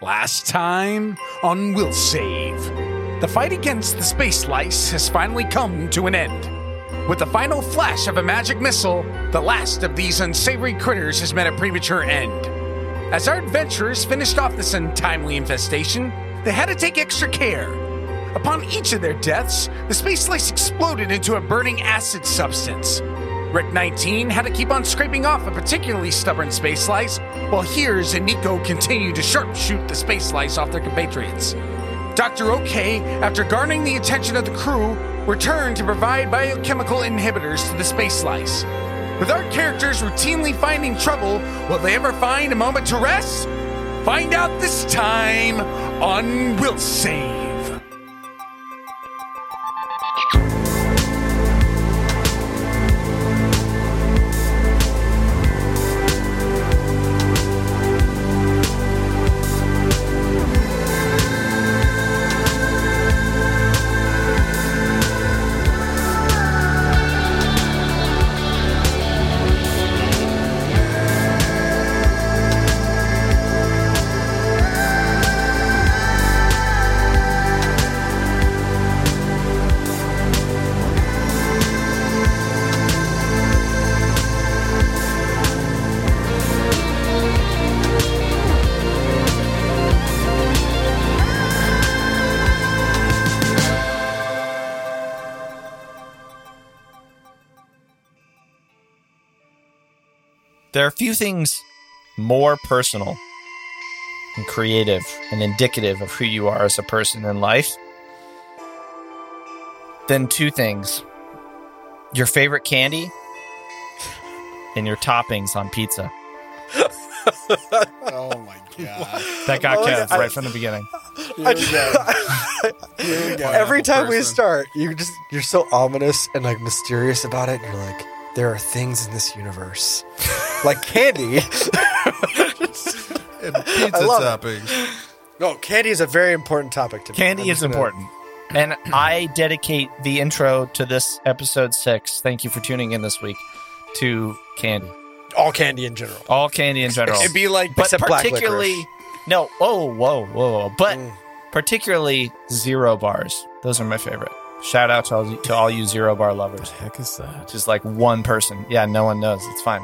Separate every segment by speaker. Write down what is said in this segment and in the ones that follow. Speaker 1: Last time on Will Save, the fight against the space lice has finally come to an end. With the final flash of a magic missile, the last of these unsavory critters has met a premature end. As our adventurers finished off this untimely infestation, they had to take extra care. Upon each of their deaths, the space lice exploded into a burning acid substance. Rick 19 had to keep on scraping off a particularly stubborn space lice, while Hears and Nico continued to sharpshoot the space lice off their compatriots. Dr. OK, after garnering the attention of the crew, returned to provide biochemical inhibitors to the space lice. With our characters routinely finding trouble, will they ever find a moment to rest? Find out this time on Will Save.
Speaker 2: There are few things more personal and creative and indicative of who you are as a person in life than two things your favorite candy and your toppings on pizza.
Speaker 3: Oh my god!
Speaker 2: That got
Speaker 4: Oh, yeah.
Speaker 2: Kev right from the beginning.
Speaker 3: Here we go. Here we go.
Speaker 4: Every time we
Speaker 1: person.
Speaker 4: start, you just you're so ominous and like mysterious about it. And you're like, there are things in this universe, like candy.
Speaker 3: And
Speaker 4: I
Speaker 3: pizza
Speaker 4: love
Speaker 3: toppings.
Speaker 4: No, candy is a very important topic to me. I'm
Speaker 2: Candy
Speaker 4: just
Speaker 2: is
Speaker 4: gonna-
Speaker 2: important. And I dedicate the intro to this episode six. Thank you for tuning in this week to candy.
Speaker 4: All candy in general.
Speaker 2: All candy in general.
Speaker 4: It'd be like,
Speaker 2: but
Speaker 4: except black
Speaker 2: particularly
Speaker 4: licorice.
Speaker 2: no oh whoa whoa whoa. but
Speaker 4: Mm.
Speaker 2: particularly zero bars those are my favorite shout out to all, to all you zero bar lovers
Speaker 5: heck is that?
Speaker 2: just like one person yeah no one knows it's fine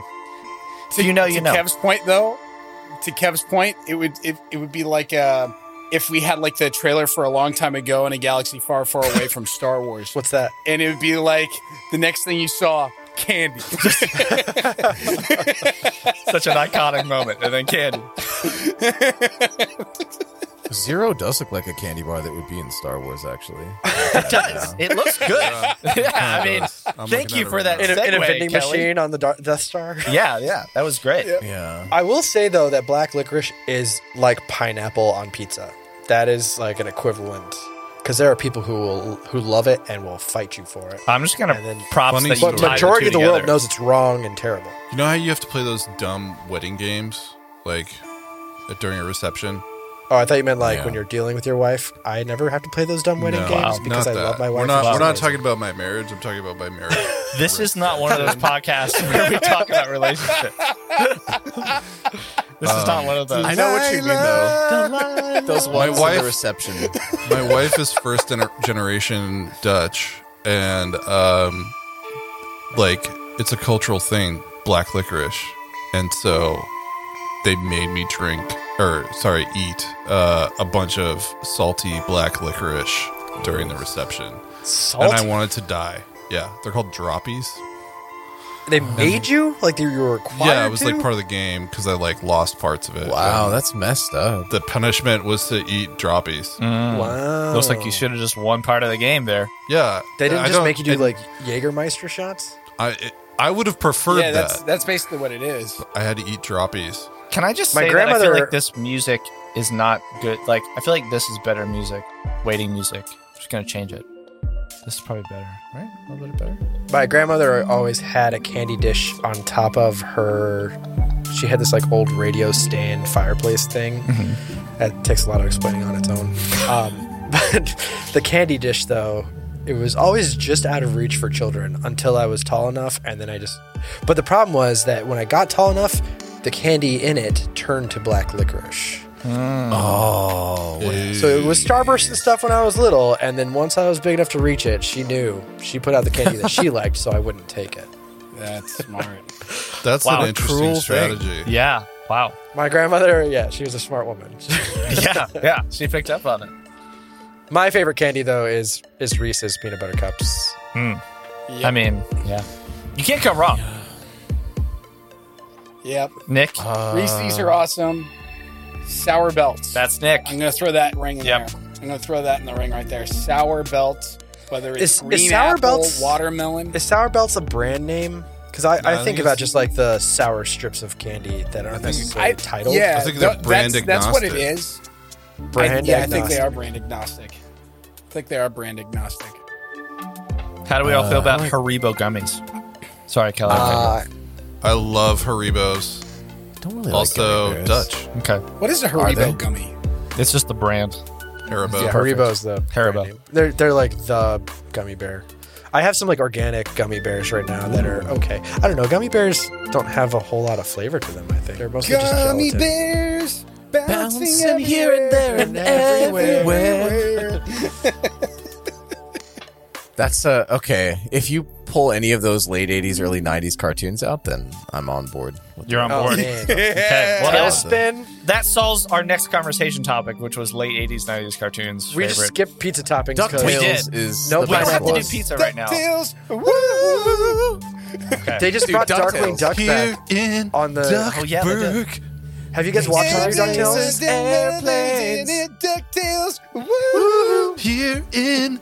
Speaker 2: if you know
Speaker 6: to
Speaker 2: you know
Speaker 6: Kev's point though, to Kev's point, it would it, it would be like uh, if we had like the trailer for a long time ago in a galaxy far, far away from Star Wars,
Speaker 4: What's that?
Speaker 6: and it would be like the next thing you saw, candy.
Speaker 2: such an iconic moment and then candy
Speaker 5: Zero does look like a candy bar that would be in Star Wars, actually.
Speaker 2: it does it looks good yeah, i mean
Speaker 3: I'm
Speaker 2: thank
Speaker 3: looking
Speaker 2: you
Speaker 3: at it
Speaker 2: for
Speaker 3: right
Speaker 2: that
Speaker 4: In a, in a
Speaker 2: segue,
Speaker 4: vending
Speaker 2: Kelly.
Speaker 4: machine on the Dar- Death Star.
Speaker 2: yeah yeah that was great
Speaker 5: Yeah.
Speaker 4: I will say though that black licorice is like pineapple on pizza. That is like an equivalent because there are people who will who love it and will fight you for it.
Speaker 2: i'm just gonna
Speaker 4: And then-
Speaker 2: props
Speaker 5: Funny
Speaker 2: that Uh,
Speaker 5: story.
Speaker 2: you
Speaker 4: But
Speaker 2: tied
Speaker 4: majority
Speaker 2: two
Speaker 4: of the world
Speaker 2: together.
Speaker 4: knows it's wrong and terrible.
Speaker 3: You know how you have to play those dumb wedding games, like uh, during a reception.
Speaker 4: Oh, I thought you meant like when
Speaker 5: Yeah.
Speaker 4: you're dealing with your wife. I never have to play those dumb wedding
Speaker 3: No,
Speaker 4: games
Speaker 2: Wow.
Speaker 4: because I
Speaker 3: not
Speaker 4: love
Speaker 3: that.
Speaker 4: my wife.
Speaker 3: We're not.
Speaker 4: and
Speaker 3: We're
Speaker 4: she's
Speaker 3: not
Speaker 4: amazing.
Speaker 3: talking about my marriage. I'm talking about my marriage.
Speaker 2: This is not one of those podcasts where we talk about relationships. this is not one of those.
Speaker 5: I know what you mean, though.
Speaker 2: Those
Speaker 5: My
Speaker 2: ones.
Speaker 5: wife,
Speaker 7: reception.
Speaker 3: my wife is first gener- generation Dutch, and um, like it's a cultural thing, black licorice, and so they made me drink or sorry, eat uh, a bunch of salty black licorice during the reception,
Speaker 4: Salt?
Speaker 3: and I wanted to die. Yeah, they're called droppies.
Speaker 4: they made you like you were required.
Speaker 3: Mm-hmm. yeah, it was
Speaker 4: to?
Speaker 3: like part of the game because I like lost parts of it.
Speaker 7: Wow,
Speaker 3: And
Speaker 7: that's messed up.
Speaker 3: the punishment was to eat droppies.
Speaker 4: Mm. Wow.
Speaker 2: Looks like you should have just one part of the game there.
Speaker 3: Yeah,
Speaker 4: They didn't
Speaker 3: I
Speaker 4: just
Speaker 3: don't-
Speaker 4: make you do
Speaker 3: and
Speaker 4: like Jägermeister shots.
Speaker 3: I. It, I would have preferred
Speaker 6: yeah, that's
Speaker 3: that.
Speaker 6: that's basically what it is.
Speaker 3: I had to eat droppies.
Speaker 2: Can I just
Speaker 4: My
Speaker 2: say that I feel
Speaker 4: grandmother-
Speaker 2: like this music is not good. Like I feel like this is better music. Waiting music. I'm just gonna change it. This is probably better, right? A little bit better.
Speaker 4: My grandmother always had a candy dish on top of her. She had this like old radio stand fireplace thing. That takes a lot of explaining on its own. Um, but the candy dish, though, it was always just out of reach for children until I was tall enough, and then I just. But the problem was that when I got tall enough, the candy in it turned to black licorice.
Speaker 8: Oh,
Speaker 4: So it was Starburst and stuff when I was little, and then once I was big enough to reach it, she knew she put out the candy that she liked, so I wouldn't take it.
Speaker 1: That's smart.
Speaker 3: That's
Speaker 2: Wow,
Speaker 3: an interesting
Speaker 2: cruel thing.
Speaker 3: strategy.
Speaker 2: Yeah. Wow.
Speaker 4: My grandmother, yeah, she was a smart woman.
Speaker 2: Yeah. Yeah. She picked up on it.
Speaker 4: My favorite candy though is is Reese's peanut butter cups.
Speaker 2: I mean, yeah. You can't go wrong.
Speaker 1: Yep.
Speaker 2: Nick,
Speaker 4: Uh,
Speaker 1: Reese's are awesome. Sour belts.
Speaker 2: that's Nick.
Speaker 1: I'm gonna throw that ring in
Speaker 2: Yep.
Speaker 1: there. I'm gonna throw that in the ring right there. Sour belts. Whether it's
Speaker 4: Is- is
Speaker 1: green
Speaker 4: Sour
Speaker 1: apple,
Speaker 4: Belts-
Speaker 1: watermelon.
Speaker 4: Is Sour Belt's a brand name? Because I,
Speaker 3: No, I
Speaker 4: I
Speaker 3: think
Speaker 4: think about
Speaker 3: it's-
Speaker 4: just like the sour strips of candy that aren't
Speaker 3: think-
Speaker 4: necessarily titled.
Speaker 1: Yeah,
Speaker 3: I think they're
Speaker 1: tha-
Speaker 3: brand
Speaker 1: that's, that's what it
Speaker 3: agnostic.
Speaker 1: is.
Speaker 4: brand
Speaker 1: I, yeah, I think they
Speaker 4: agnostic.
Speaker 1: are brand agnostic. I think they are brand agnostic.
Speaker 2: How do we all feel about Haribo gummies? Uh, Sorry, Kelly.
Speaker 4: Uh,
Speaker 3: I love Haribos.
Speaker 8: don't really
Speaker 3: also
Speaker 8: like it, Chris.
Speaker 3: Dutch
Speaker 2: okay.
Speaker 1: What is a
Speaker 8: they?
Speaker 1: Haribo gummy?
Speaker 2: It's just the brand.
Speaker 3: Haribo.
Speaker 4: yeah, Haribo's the brand
Speaker 2: Haribo.
Speaker 4: name. They're they're like the gummy bear. I have some like organic gummy bears right now that are okay. I don't know. Gummy bears don't have a whole lot of flavor to them. I think they're mostly just
Speaker 1: Gummy
Speaker 4: gelatin.
Speaker 1: bears bouncing,
Speaker 8: Bouncing here and there and everywhere. That's uh, okay. If you pull any of those late '80s, early '90s cartoons out, then I'm on board. with
Speaker 2: You're on
Speaker 4: Oh,
Speaker 2: board.
Speaker 4: man.
Speaker 2: Okay. Well, that,
Speaker 4: Tailspin.
Speaker 2: that solves our next conversation topic, which was late 80s, 90s cartoons.
Speaker 4: We
Speaker 2: favorite.
Speaker 4: just skipped pizza toppings. 'cause-
Speaker 8: DuckTales
Speaker 2: We did.
Speaker 8: is
Speaker 4: No,
Speaker 8: the
Speaker 4: we
Speaker 2: we don't
Speaker 8: best
Speaker 2: have to do
Speaker 8: was.
Speaker 2: pizza right now.
Speaker 1: DuckTales. Woo!
Speaker 4: They just
Speaker 8: Dude,
Speaker 4: brought Darkwing
Speaker 8: DuckTales.
Speaker 4: Duck
Speaker 3: Here
Speaker 4: back.
Speaker 3: in
Speaker 4: on the-
Speaker 2: Oh, yeah, they did.
Speaker 3: Duckburg.
Speaker 4: Have you guys watched the new
Speaker 1: Airplanes
Speaker 4: DuckTales?
Speaker 1: and airplanes. DuckTales. Woo!
Speaker 3: Here in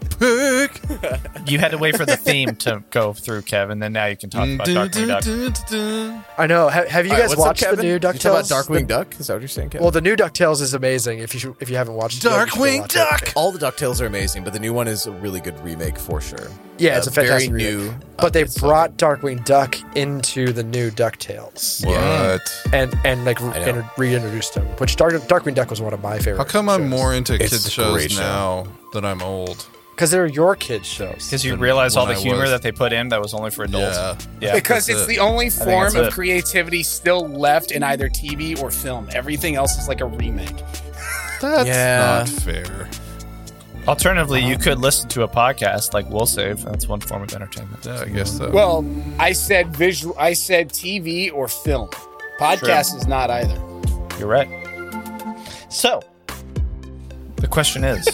Speaker 3: Duckburg.
Speaker 2: You had to wait for the theme to go through, Kevin. Then now you can
Speaker 3: Mm,
Speaker 2: talk about Darkwing Duck.
Speaker 4: I know. Have, have you
Speaker 8: All right,
Speaker 4: guys
Speaker 8: what's up,
Speaker 4: watched the
Speaker 8: Kevin?
Speaker 4: new
Speaker 8: You talking
Speaker 4: DuckTales?
Speaker 8: about Darkwing
Speaker 4: The-
Speaker 8: Duck? Is that what you're saying, Kevin?
Speaker 4: Well, the new DuckTales is amazing. If you should, if you haven't watched it, you should go
Speaker 3: Darkwing
Speaker 4: watch it.
Speaker 3: Duck.
Speaker 8: all the DuckTales are amazing, but the new one is a really good remake for sure.
Speaker 4: Yeah, it's a fantastic
Speaker 8: very
Speaker 4: remake.
Speaker 8: new. uh,
Speaker 4: But they brought Darkwing Duck into the new DuckTales
Speaker 3: What?
Speaker 4: and and like
Speaker 8: know.
Speaker 4: and reintroduced him, which Dark, Darkwing Duck was one of my favorite.
Speaker 3: How come I'm more into
Speaker 8: It's
Speaker 3: kids
Speaker 8: a
Speaker 3: shows
Speaker 8: great show.
Speaker 3: now that I'm old?
Speaker 4: Because they're your kids shows.
Speaker 2: Because you
Speaker 3: Than
Speaker 2: realize all the
Speaker 3: when I
Speaker 2: humor
Speaker 3: was.
Speaker 2: that they put in that was only for adults.
Speaker 3: Yeah.
Speaker 2: Yeah.
Speaker 1: Because
Speaker 3: that's
Speaker 1: it's
Speaker 3: it.
Speaker 1: the only
Speaker 2: that's
Speaker 1: form of
Speaker 2: it.
Speaker 1: creativity still left in either TV or film. Everything else is like a remake.
Speaker 3: That's
Speaker 8: Yeah.
Speaker 3: not fair.
Speaker 2: Alternatively, you could listen to a podcast like We'll Save. That's one form of entertainment.
Speaker 3: Yeah, I guess so.
Speaker 1: Well, I said visual. I said TV or film. Podcast is not either.
Speaker 2: You're right. So, the question is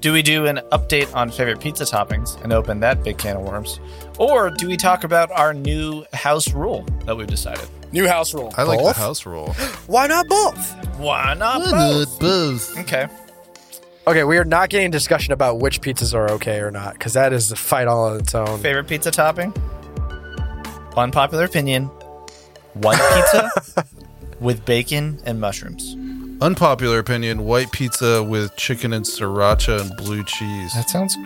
Speaker 2: Do we do an update on favorite pizza toppings and open that big can of worms? Or do we talk about our new house rule that we've decided?
Speaker 1: New house rule.
Speaker 3: I like
Speaker 4: Both?
Speaker 3: the house rule.
Speaker 4: Why not both?
Speaker 2: Why not both? Okay.
Speaker 4: Okay, we are not getting a discussion about which pizzas are okay or not, because that is a fight all on its own.
Speaker 2: Favorite pizza topping? Unpopular opinion white pizza with bacon and mushrooms.
Speaker 3: Unpopular opinion: white pizza with chicken and sriracha and blue cheese
Speaker 2: That sounds.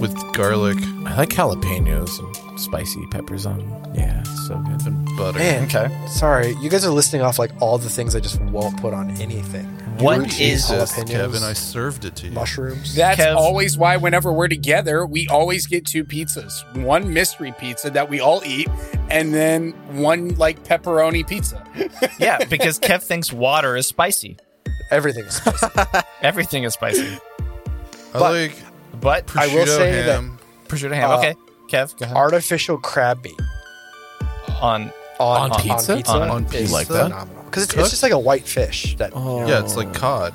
Speaker 3: with garlic
Speaker 8: I like jalapenos and spicy peppers on. them. Yeah, it's so good.
Speaker 3: and butter.
Speaker 4: Man,
Speaker 2: Okay.
Speaker 4: sorry, you guys are listing off like all the things I just won't put on anything.
Speaker 2: What is
Speaker 4: cheese.
Speaker 3: Jesus,
Speaker 4: jalapenos,
Speaker 3: Kevin, I served it to you.
Speaker 4: Mushrooms.
Speaker 1: That's
Speaker 2: Kev-
Speaker 1: always why whenever we're together, we always get two pizzas. One mystery pizza that we all eat, and then one like pepperoni pizza.
Speaker 2: Yeah, because Kev thinks water is spicy.
Speaker 4: Everything's spicy.
Speaker 2: Everything is spicy.
Speaker 3: I
Speaker 4: But-
Speaker 3: like
Speaker 2: But
Speaker 3: prosciutto
Speaker 4: I will say that-
Speaker 3: ham.
Speaker 2: prosciutto ham.
Speaker 4: Uh,
Speaker 2: okay, Kev, go ahead.
Speaker 4: Artificial crab meat
Speaker 2: on
Speaker 4: on,
Speaker 8: On pizza?
Speaker 4: On pizza.
Speaker 2: On-
Speaker 8: on
Speaker 4: is
Speaker 8: pizza? Like that?
Speaker 4: phenomenal. Because it's, it's just like a white fish that.
Speaker 3: yeah, it's like cod.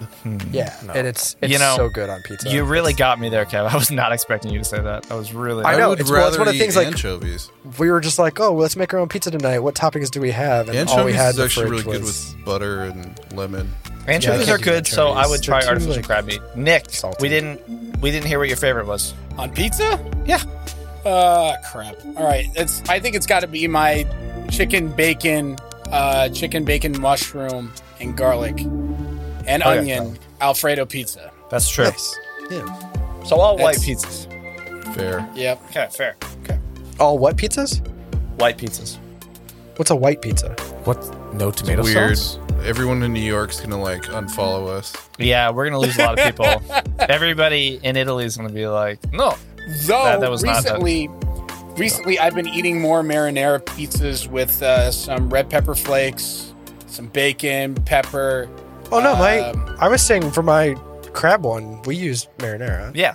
Speaker 4: Yeah, and it's it's
Speaker 2: You know,
Speaker 4: so good on pizza.
Speaker 2: you really got me there, Kev. I was not expecting you to say that. I was really.
Speaker 4: I know,
Speaker 3: would
Speaker 4: it's- well,
Speaker 3: rather
Speaker 4: it's one of the
Speaker 3: eat
Speaker 4: things, like-
Speaker 3: anchovies.
Speaker 4: we were just like, oh, well, let's make our own pizza tonight. What toppings do we have? And all we
Speaker 3: Anchovies
Speaker 4: had
Speaker 3: is
Speaker 4: in the
Speaker 3: actually really
Speaker 4: fridge
Speaker 3: good
Speaker 4: was-
Speaker 3: with butter and lemon.
Speaker 2: anchovies
Speaker 4: Yeah, I
Speaker 2: are
Speaker 4: can't do
Speaker 2: good, so I
Speaker 4: anchovies.
Speaker 2: would try
Speaker 4: They're too,
Speaker 2: artificial
Speaker 4: like,
Speaker 2: crab meat. Nick,
Speaker 4: salty.
Speaker 2: we didn't we didn't hear what your favorite was.
Speaker 1: On pizza?
Speaker 2: Yeah.
Speaker 1: Uh crap. All right. It's I think it's gotta be my chicken bacon, uh chicken bacon mushroom and garlic and
Speaker 2: Okay.
Speaker 1: onion Alfredo pizza.
Speaker 2: That's true.
Speaker 4: Yes. Yeah.
Speaker 2: So all white
Speaker 1: That's-
Speaker 2: pizzas.
Speaker 3: Fair.
Speaker 1: Yep.
Speaker 2: Okay, fair. Okay,
Speaker 4: All what pizzas?
Speaker 2: white pizzas.
Speaker 4: What's a white pizza?
Speaker 8: What? No tomato
Speaker 3: Weird.
Speaker 8: sauce?
Speaker 3: Everyone in New York's gonna like unfollow us.
Speaker 2: Yeah, we're gonna lose a lot of people. Everybody in Italy is gonna be like, no,
Speaker 1: Though
Speaker 2: That- that was not that-
Speaker 1: recently recently I've been eating more marinara pizzas with uh, some red pepper flakes, some bacon, pepper.
Speaker 4: Oh no, my
Speaker 1: Um,
Speaker 4: I was saying for my crab one, we used marinara.
Speaker 2: Yeah.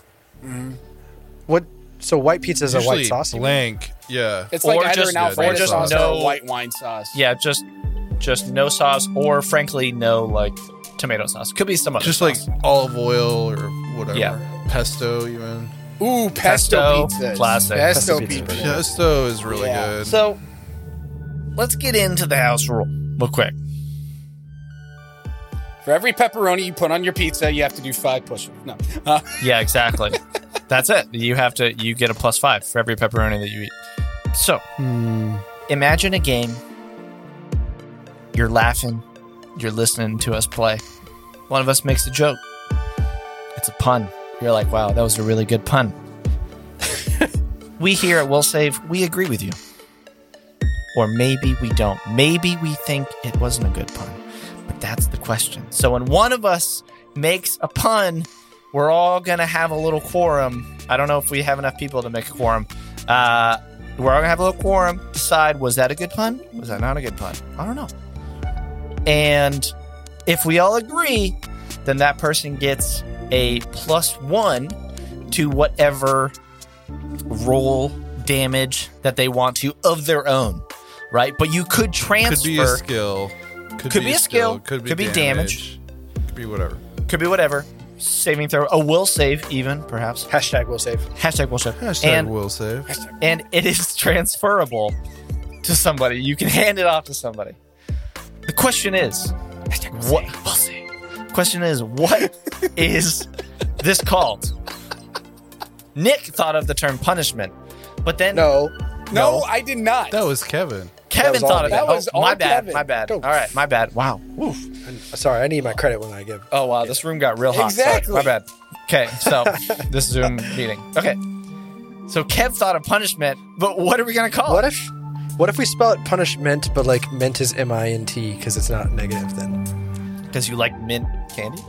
Speaker 4: What? So white pizza is a
Speaker 3: Usually
Speaker 4: white sauce. you mean?
Speaker 3: blank. Yeah.
Speaker 1: It's
Speaker 2: Or
Speaker 1: like either
Speaker 2: just-
Speaker 1: an Alfredo
Speaker 3: or just
Speaker 1: sauce or
Speaker 2: no-
Speaker 1: a white wine sauce.
Speaker 2: Yeah, just just no sauce or frankly no like tomato sauce. Could be some other
Speaker 3: Just like
Speaker 2: sauce.
Speaker 3: olive oil or whatever.
Speaker 2: Yeah.
Speaker 3: Pesto even.
Speaker 1: Ooh, pesto,
Speaker 2: Pesto,
Speaker 1: pizzas.
Speaker 2: classic.
Speaker 1: Pesto,
Speaker 4: Pesto pizza.
Speaker 1: pizza.
Speaker 3: Pesto is really
Speaker 1: Yeah.
Speaker 3: good.
Speaker 2: So let's get into the house rule real quick.
Speaker 1: For every pepperoni you put on your pizza, you have to do five push-ups. No, Uh,
Speaker 2: Yeah, exactly. That's it. You have to you get a plus five for every pepperoni that you eat. So imagine a game. You're laughing, you're listening to us play. One of us makes a joke. It's a pun. You're like, wow, that was a really good pun. we here at Will Save, we agree with you. Or maybe we don't. Maybe we think it wasn't a good pun. But that's the question. So when one of us makes a pun, we're all gonna have a little quorum. I don't know if we have enough people to make a quorum. Uh, we're all gonna have a little quorum. Decide was that a good pun? Was that not a good pun? I don't know. And if we all agree, then that person gets a plus one to whatever roll damage that they want to of their own, right? But you could transfer.
Speaker 3: could be a skill.
Speaker 2: Could be a skill, could be damage.
Speaker 3: Could be whatever.
Speaker 2: could be whatever. Saving throw, a will save, even perhaps.
Speaker 4: Hashtag will save.
Speaker 2: Hashtag will save.
Speaker 3: Hashtag
Speaker 2: and,
Speaker 3: will save.
Speaker 2: and it is transferable to somebody. You can hand it off to somebody. The question is, what? Question is, what is this called? Nick thought of the term punishment, but then
Speaker 4: No,
Speaker 1: no, I did not.
Speaker 3: That was Oh, Kevin.
Speaker 2: Kevin
Speaker 4: that was all
Speaker 2: thought of
Speaker 4: me.
Speaker 2: it.
Speaker 1: That
Speaker 2: Oh,
Speaker 1: was all
Speaker 2: my bad.
Speaker 1: Kevin.
Speaker 2: My bad.
Speaker 4: Don't-
Speaker 2: All right, my bad. Wow. Oof.
Speaker 4: sorry, I need my credit when I give.
Speaker 2: Oh wow, this room got real hot. Sorry,
Speaker 1: Exactly.
Speaker 2: my bad. Okay, so this Zoom meeting. Okay. So Kev thought of punishment, but what are we gonna call
Speaker 4: What
Speaker 2: it?
Speaker 4: if? What if we spell it punishment, but like mint is M I N T because it's not negative then?
Speaker 2: Because you like mint candy?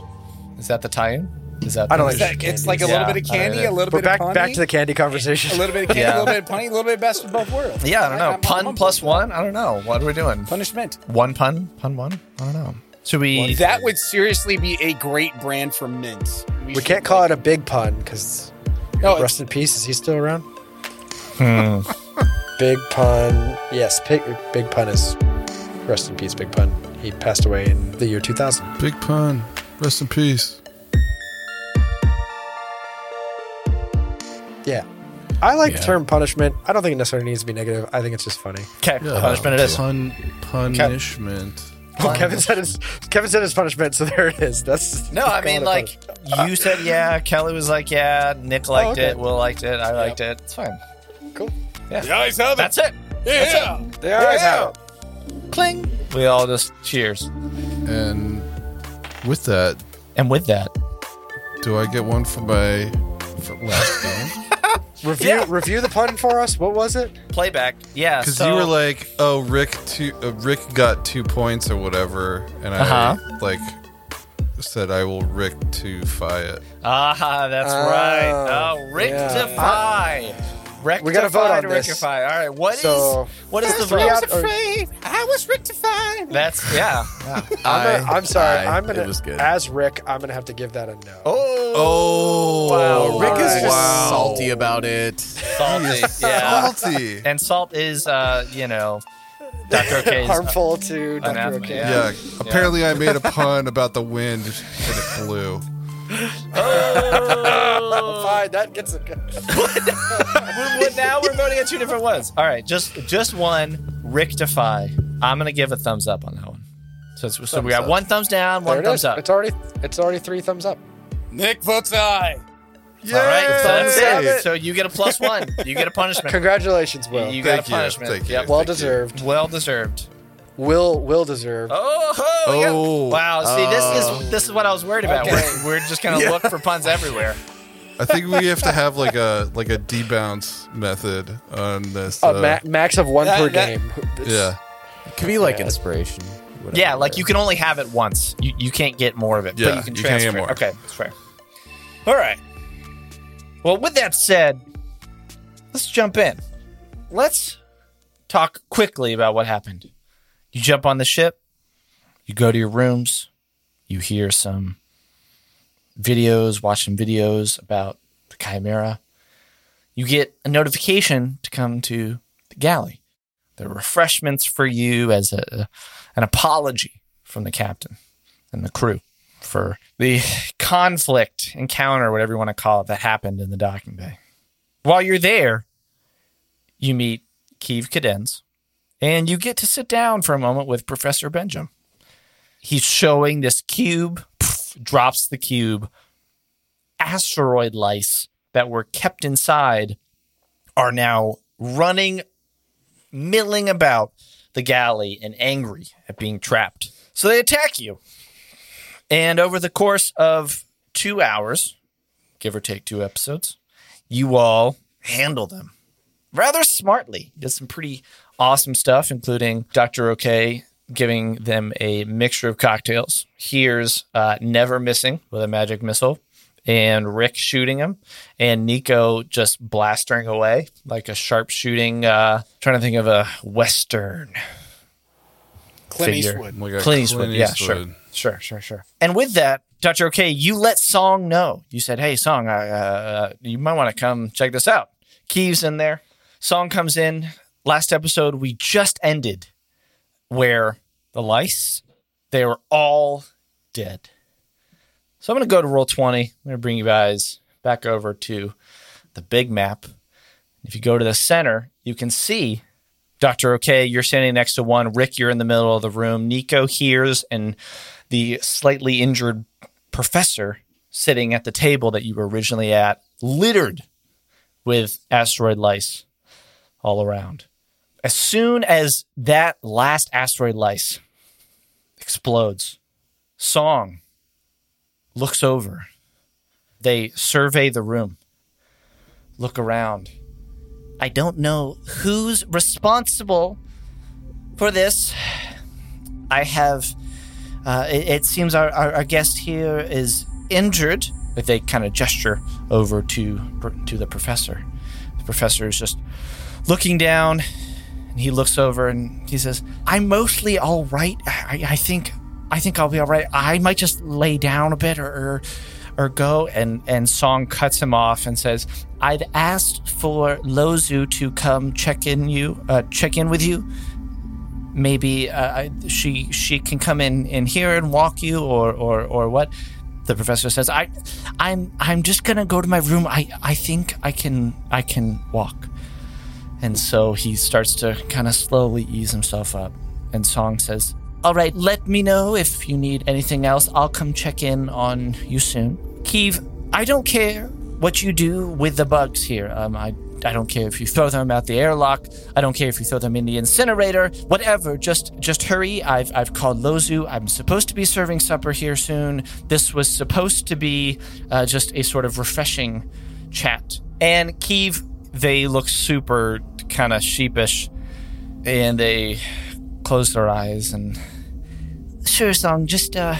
Speaker 2: Is that the tie-in? Is that
Speaker 4: I don't
Speaker 1: It's
Speaker 4: like
Speaker 1: like- it's like a
Speaker 2: Yeah,
Speaker 1: little bit of
Speaker 2: I
Speaker 1: candy,
Speaker 2: don't
Speaker 1: a little
Speaker 4: We're
Speaker 1: bit
Speaker 4: back
Speaker 1: of punny,
Speaker 4: back to the candy conversation.
Speaker 1: a little bit of candy, a
Speaker 2: Yeah.
Speaker 1: little bit of punny, a little bit of best of both worlds.
Speaker 2: Yeah, I don't know.
Speaker 1: I'm- I'm
Speaker 2: Pun
Speaker 1: on
Speaker 2: plus
Speaker 1: board.
Speaker 2: one? I don't know. What are we doing?
Speaker 1: punishment.
Speaker 2: One pun? Pun one? I don't know. Should we
Speaker 1: That would seriously be a great brand for mints.
Speaker 4: we can't call it a big pun because
Speaker 1: No, it's-
Speaker 4: rest in peace. Is he still around? big pun. Yes, big, big pun is rest in peace. Big pun. He passed away in the year 2000.
Speaker 3: Big pun. Rest in peace.
Speaker 4: Yeah. I like the term punishment. I don't think it necessarily needs to be negative. I think it's just funny.
Speaker 2: Okay, punishment it is.
Speaker 3: Pun, punishment.
Speaker 4: Oh, Kevin said it's Kevin said it's punishment, so there it is. That's
Speaker 2: No, I mean like Oh, you said yeah, Kelly was like yeah, Nick liked
Speaker 4: okay.
Speaker 2: it, Will liked it, I liked it. It's fine.
Speaker 4: Cool.
Speaker 1: Yeah, I saw that.
Speaker 2: That's it.
Speaker 1: Yeah.
Speaker 4: They always have it.
Speaker 2: Cling. We all just cheers.
Speaker 3: And with that,
Speaker 2: And with that,
Speaker 3: do I get one for my for last game?
Speaker 4: Review
Speaker 2: Yeah.
Speaker 4: review the pun for us. What was it?
Speaker 2: playback. Yeah,
Speaker 3: Because
Speaker 2: so
Speaker 3: you were like, "Oh, Rick, two, uh, Rick got two points or whatever," and I
Speaker 2: Uh-huh.
Speaker 3: like said, "I will Rick to fi it."
Speaker 2: ah, that's
Speaker 4: Oh,
Speaker 2: right. Oh,
Speaker 4: yeah.
Speaker 2: rectify. Rectify.
Speaker 4: We gotta vote on
Speaker 2: to
Speaker 4: this.
Speaker 2: Rectify. All right. What is?
Speaker 4: So-
Speaker 2: what is the
Speaker 4: Three
Speaker 2: vote?
Speaker 4: out- or-
Speaker 1: I was rectified.
Speaker 2: That's yeah.
Speaker 4: I'm, gonna, Uh, I'm sorry.
Speaker 8: I-
Speaker 4: I'm gonna
Speaker 8: It was good.
Speaker 4: as Rick. I'm gonna have to give that a no.
Speaker 2: Oh, Wow.
Speaker 3: Oh,
Speaker 8: Rick is
Speaker 4: Alright.
Speaker 8: just
Speaker 3: Wow.
Speaker 8: salty about it.
Speaker 2: salty. Yeah.
Speaker 3: salty.
Speaker 2: And salt is uh, you know, Dr. Ok's.
Speaker 4: harmful to Dr.
Speaker 2: Anathema,
Speaker 4: O'Kane.
Speaker 2: yeah.
Speaker 3: Yeah. Apparently, I made a pun about the wind and it blew.
Speaker 4: Oh, Fine, that gets a good.
Speaker 2: well, now we're voting on two different ones. All right, just just one. Rectify. I'm gonna give a thumbs up on that one. So, it's, so we got
Speaker 3: up.
Speaker 2: one thumbs down,
Speaker 4: There
Speaker 2: one
Speaker 4: it
Speaker 2: thumbs
Speaker 4: is.
Speaker 2: up.
Speaker 4: It's already it's already three thumbs up.
Speaker 1: Nick votes aye.
Speaker 2: All right, so that's
Speaker 4: Thumbs
Speaker 2: it.
Speaker 4: up.
Speaker 2: So you get a plus one. You get a punishment.
Speaker 4: Congratulations, Will.
Speaker 2: You got
Speaker 3: Thank
Speaker 2: a
Speaker 3: you.
Speaker 2: punishment.
Speaker 3: Thank you.
Speaker 2: Yep.
Speaker 4: well
Speaker 3: thank you.
Speaker 4: deserved.
Speaker 2: Well deserved.
Speaker 4: Will will deserve.
Speaker 2: Oh, oh, yeah.
Speaker 3: Oh.
Speaker 2: wow! See, this is this is what I was worried about.
Speaker 1: Okay.
Speaker 2: We're, we're just gonna look for puns everywhere.
Speaker 3: I think we have to have like a like a debounce method on this.
Speaker 4: a
Speaker 3: uh,
Speaker 4: ma- max of one
Speaker 1: that-
Speaker 4: per
Speaker 1: that-
Speaker 4: game. It's-
Speaker 3: yeah,
Speaker 8: Could be like inspiration. whatever.
Speaker 2: Yeah, like you can only have it once. You, you can't get more of it.
Speaker 3: Yeah,
Speaker 2: but you can
Speaker 3: you can't
Speaker 2: transfer.
Speaker 3: get
Speaker 2: it.
Speaker 3: more.
Speaker 2: Okay, that's fair. All right. Well, with that said, let's jump in. Let's talk quickly about what happened. You jump on the ship. You go to your rooms, you hear some videos, watching videos about the Chimera. You get a notification to come to the galley. There are refreshments for you as a, an apology from the captain and the crew for the conflict, encounter, whatever you want to call it, that happened in the docking bay. While you're there, you meet Keeve Cadence, and you get to sit down for a moment with Professor Benjamin. He's showing this cube, pff, drops the cube. Asteroid lice that were kept inside are now running, milling about the galley and angry at being trapped. So they attack you. And over the course of two hours, give or take two episodes, you all handle them rather smartly. Did some pretty awesome stuff, including Dr. OK giving them a mixture of cocktails. Here's uh, Never Missing with a magic missile, and Rick shooting him, and Nico just blastering away like a sharp shooting. Uh, trying to think of a Western
Speaker 1: Clint
Speaker 2: figure.
Speaker 1: Eastwood.
Speaker 3: Like a
Speaker 2: Clint Eastwood.
Speaker 3: Clint
Speaker 2: yeah,
Speaker 3: Eastwood.
Speaker 2: sure, sure, sure, sure. And with that, Dr. OK, you let Song know. You said, "Hey, Song, I, uh, uh, you might want to come check this out." Keeves in there. Song comes in. Last episode we just ended, where the lice they were all dead. So I'm going to go to roll twenty. I'm going to bring you guys back over to the big map. If you go to the center, you can see Dr. OK, you're standing next to one. Rick, you're in the middle of the room. Nico hears, and the slightly injured professor sitting at the table that you were originally at, littered with asteroid lice all around. As soon as that last asteroid lice explodes, Song looks over. They survey the room, look around. I don't know who's responsible for this. I have. Uh, it, it seems our, our, our guest here is injured. But they kind of gesture over to to the professor. The professor is just looking down, and he looks over and he says, "I'm mostly all right. I, I think I think I'll be all right. I might just lay down a bit or." or or go and and Song cuts him off and says, "I've asked for Lozu to come check in you, uh, check in with you. Maybe uh, I, she she can come in in here and walk you, or or or what?" The professor says, "I, I'm I'm just gonna go to my room. I I think I can I can walk." And so he starts to kind of slowly ease himself up. And Song says, All right, let me know if you need anything else. I'll come check in on you soon. Keeve, I don't care what you do with the bugs here. Um, I, I don't care if you throw them out the airlock. I don't care if you throw them in the incinerator. Whatever. Just just hurry. I've, I've called Lozu. I'm supposed to be serving supper here soon. This was supposed to be uh, just a sort of refreshing chat. And Keeve, they look super kind of sheepish and they close their eyes and sure song just uh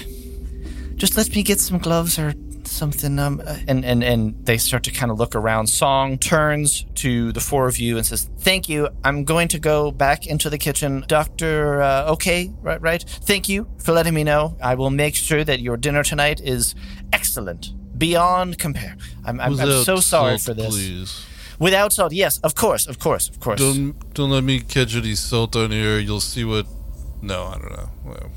Speaker 2: just let me get some gloves or something um uh," and and and they start to kind of look around song turns to the four of you and says thank you i'm going to go back into the kitchen doctor uh, okay right right thank you for letting me know i will make sure that your dinner tonight is excellent beyond compare i'm, I'm, I'm so
Speaker 3: Without
Speaker 2: sorry for
Speaker 3: salt,
Speaker 2: this
Speaker 3: Please.
Speaker 2: Without salt, yes, of course, of course, of course.
Speaker 3: Don't don't let me catch any salt on here. You'll see what. No, I don't know. Well,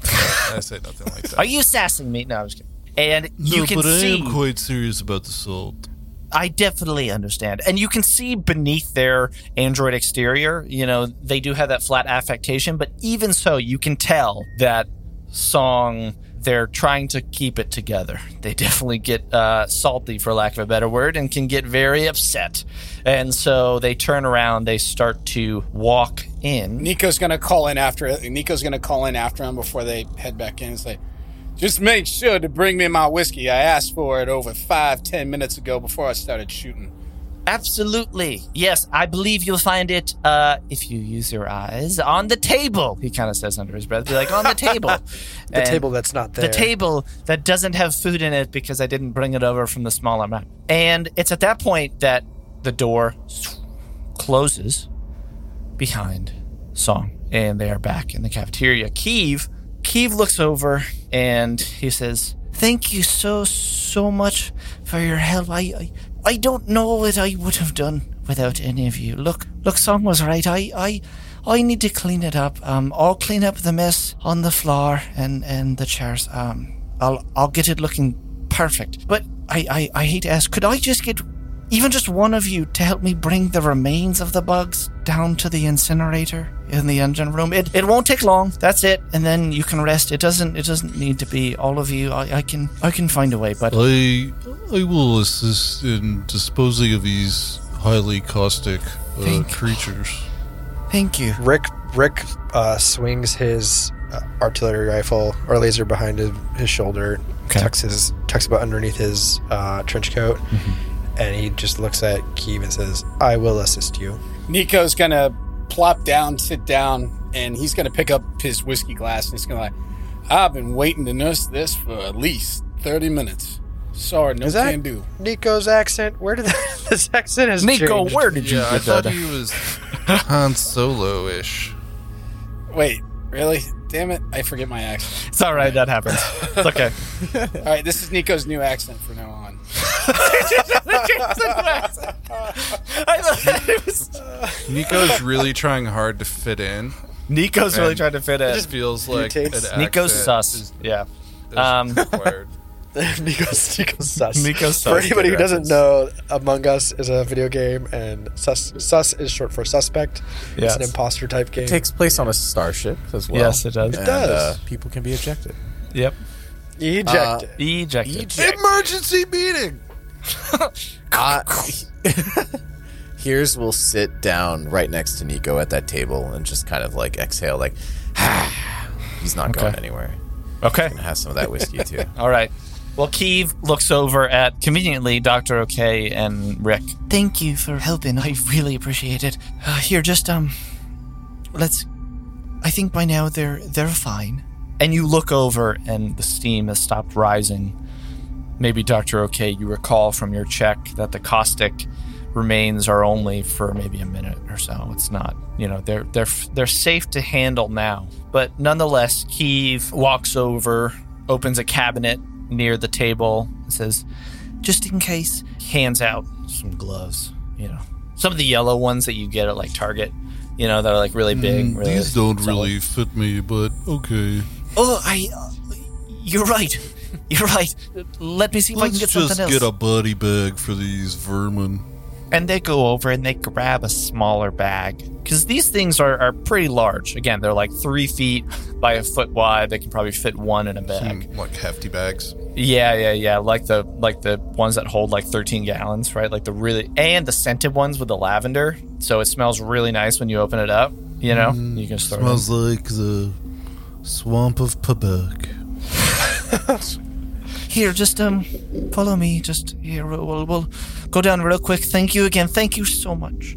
Speaker 3: I say nothing like that.
Speaker 2: Are you sassing me? No, I'm just kidding. And you
Speaker 3: no,
Speaker 2: can
Speaker 3: but
Speaker 2: see,
Speaker 3: I am quite serious about the salt.
Speaker 2: I definitely understand, and you can see beneath their android exterior. You know, they do have that flat affectation, but even so, you can tell that song. They're trying to keep it together. They definitely get uh, salty, for lack of a better word, and can get very upset. And so they turn around, they start to walk in.
Speaker 1: Nico's gonna call in after. Nico's gonna call in after him before they head back in and say, "Just make sure to bring me my whiskey. I asked for it over five, ten minutes ago before I started shooting."
Speaker 2: Absolutely. Yes, I believe you'll find it uh, if you use your eyes on the table. He kind of says under his breath, be like on the table.
Speaker 4: The table that's not there.
Speaker 2: The table that doesn't have food in it because I didn't bring it over from the smaller map. And it's at that point that the door closes behind Song and they are back in the cafeteria. Keeve, Keeve looks over and he says, Thank you so, so much for your help. I, I, I don't know what I would have done without any of you. Look, look, Song was right. I, I, I need to clean it up. Um, I'll clean up the mess on the floor and, and the chairs. Um, I'll, I'll get it looking perfect. But I, I, I hate to ask, could I just get even just one of you to help me bring the remains of the bugs down to the incinerator in the engine room. It, it won't take long. That's it, and then you can rest. It doesn't it doesn't need to be all of you. I, I can I can find a way. But
Speaker 3: I I will assist in disposing of these highly caustic uh,
Speaker 2: Thank-
Speaker 3: creatures.
Speaker 2: thank you.
Speaker 4: Rick Rick uh, swings his uh, artillery rifle or laser behind his, his shoulder,
Speaker 2: Okay.
Speaker 4: tucks his tucks about underneath his uh, trench coat,
Speaker 2: Mm-hmm.
Speaker 4: and he just looks at Keeve and says, "I will assist you."
Speaker 1: Nico's gonna plop down, sit down, and he's gonna pick up his whiskey glass and he's gonna like, I've been waiting to nurse this for at least thirty minutes. Sorry, no
Speaker 4: Is that-
Speaker 1: can do.
Speaker 4: Nico's accent. Where did that, this accent has
Speaker 2: Nico,
Speaker 4: changed?
Speaker 2: where did you
Speaker 3: Yeah, I
Speaker 2: get
Speaker 3: thought
Speaker 2: that?
Speaker 3: he was Han Solo ish.
Speaker 1: Wait, really? Damn it! I forget my accent.
Speaker 2: It's all right. That happens. It's okay.
Speaker 1: All right, this is Nico's new accent from now on.
Speaker 2: I thought it was-
Speaker 3: Nico's really trying hard to fit in.
Speaker 2: Nico's really
Speaker 3: And-
Speaker 2: trying to fit in.
Speaker 3: It feels like an
Speaker 4: takes-
Speaker 2: Nico's
Speaker 3: accent
Speaker 2: sus.
Speaker 3: is-
Speaker 2: Yeah.
Speaker 3: is
Speaker 2: Um,
Speaker 3: required.
Speaker 4: Nico's Nico's sus.
Speaker 2: Nico's sus,
Speaker 4: For anybody who
Speaker 2: good
Speaker 4: doesn't know, Among Us is a video game, and sus sus is short for suspect.
Speaker 2: Yes.
Speaker 4: It's an imposter type game.
Speaker 8: It takes place on a starship as well.
Speaker 2: Yes, it does.
Speaker 8: And,
Speaker 4: does.
Speaker 8: uh, people can be ejected.
Speaker 2: Yep.
Speaker 4: Eject.
Speaker 8: Uh,
Speaker 4: it.
Speaker 2: Ejected.
Speaker 3: Emergency meeting.
Speaker 8: Uh, Here's will sit down right next to Nico at that table and just kind of like exhale, like, he's not going anywhere.
Speaker 2: okay.
Speaker 8: Have some of that whiskey too.
Speaker 2: All right. Well, Keeve looks over at conveniently Doctor Okay and Rick. Thank you for helping. I really appreciate it. Uh, here, just um, let's. I think by now they're they're fine. And you look over, and the steam has stopped rising. Maybe Doctor Okay, you recall from your check that the caustic remains are only for maybe a minute or so. It's not, you know, they're they're they're safe to handle now. But nonetheless, Keeve walks over, opens a cabinet near the table, and says, "Just in case," hands out some gloves. You know, some of the yellow ones that you get at like Target. You know, that are like really big. Really
Speaker 3: These don't
Speaker 2: solid.
Speaker 3: really fit me, but okay.
Speaker 2: Oh, I. Uh, you're right. You're right. Let me see if I
Speaker 3: Let's
Speaker 2: can get
Speaker 3: just
Speaker 2: something else.
Speaker 3: get a body bag for these vermin.
Speaker 2: and they go over and they grab a smaller bag because these things are, are pretty large again they're like three feet by a foot wide they can probably fit one in a bag
Speaker 3: Mm, Like hefty bags.
Speaker 2: yeah yeah yeah like the like the ones that hold like 13 gallons right like the really and the scented ones with the lavender so it smells really nice when you open it up you know you can start
Speaker 3: Hmm. Smells like the swamp of Quebec.
Speaker 2: Here, just um, follow me. Just here, we'll, we'll, we'll go down real quick. Thank you again. Thank you so much.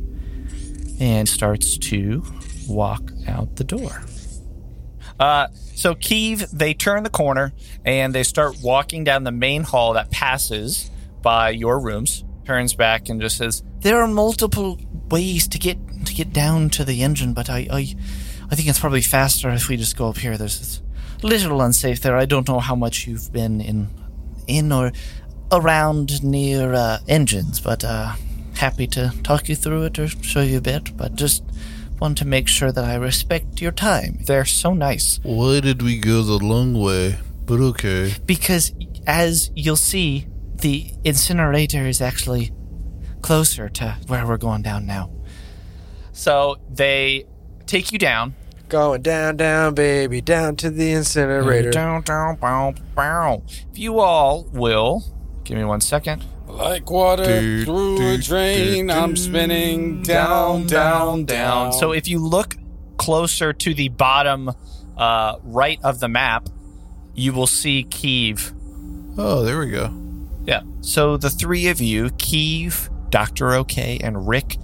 Speaker 2: And starts to walk out the door. Uh, so Kiev, they turn the corner and they start walking down the main hall that passes by your rooms. Turns back and just says, "There are multiple ways to get to get down to the engine, but I, I, I think it's probably faster if we just go up here. There's it's a little unsafe there. I don't know how much you've been in, in or around near uh, engines, but uh, happy to talk you through it or show you a bit. But just want to make sure that I respect your time. They're so nice
Speaker 3: Why did we go the long way? But okay.
Speaker 2: because as you'll see, the incinerator is actually closer to where we're going down now. So they take you down.
Speaker 4: Going down, down, baby, down to the incinerator.
Speaker 2: Down, down, bow, bow. If you all will, give me one second.
Speaker 1: Like water
Speaker 3: Do,
Speaker 1: through
Speaker 3: do,
Speaker 1: a drain,
Speaker 3: do,
Speaker 1: I'm
Speaker 3: do.
Speaker 1: spinning down, down, down.
Speaker 2: Um, So if you look closer to the bottom uh, right of the map, you will see Kiev.
Speaker 3: Oh, there we go.
Speaker 2: Yeah. So the three of you, Keeve, Dr. OK, and Rick,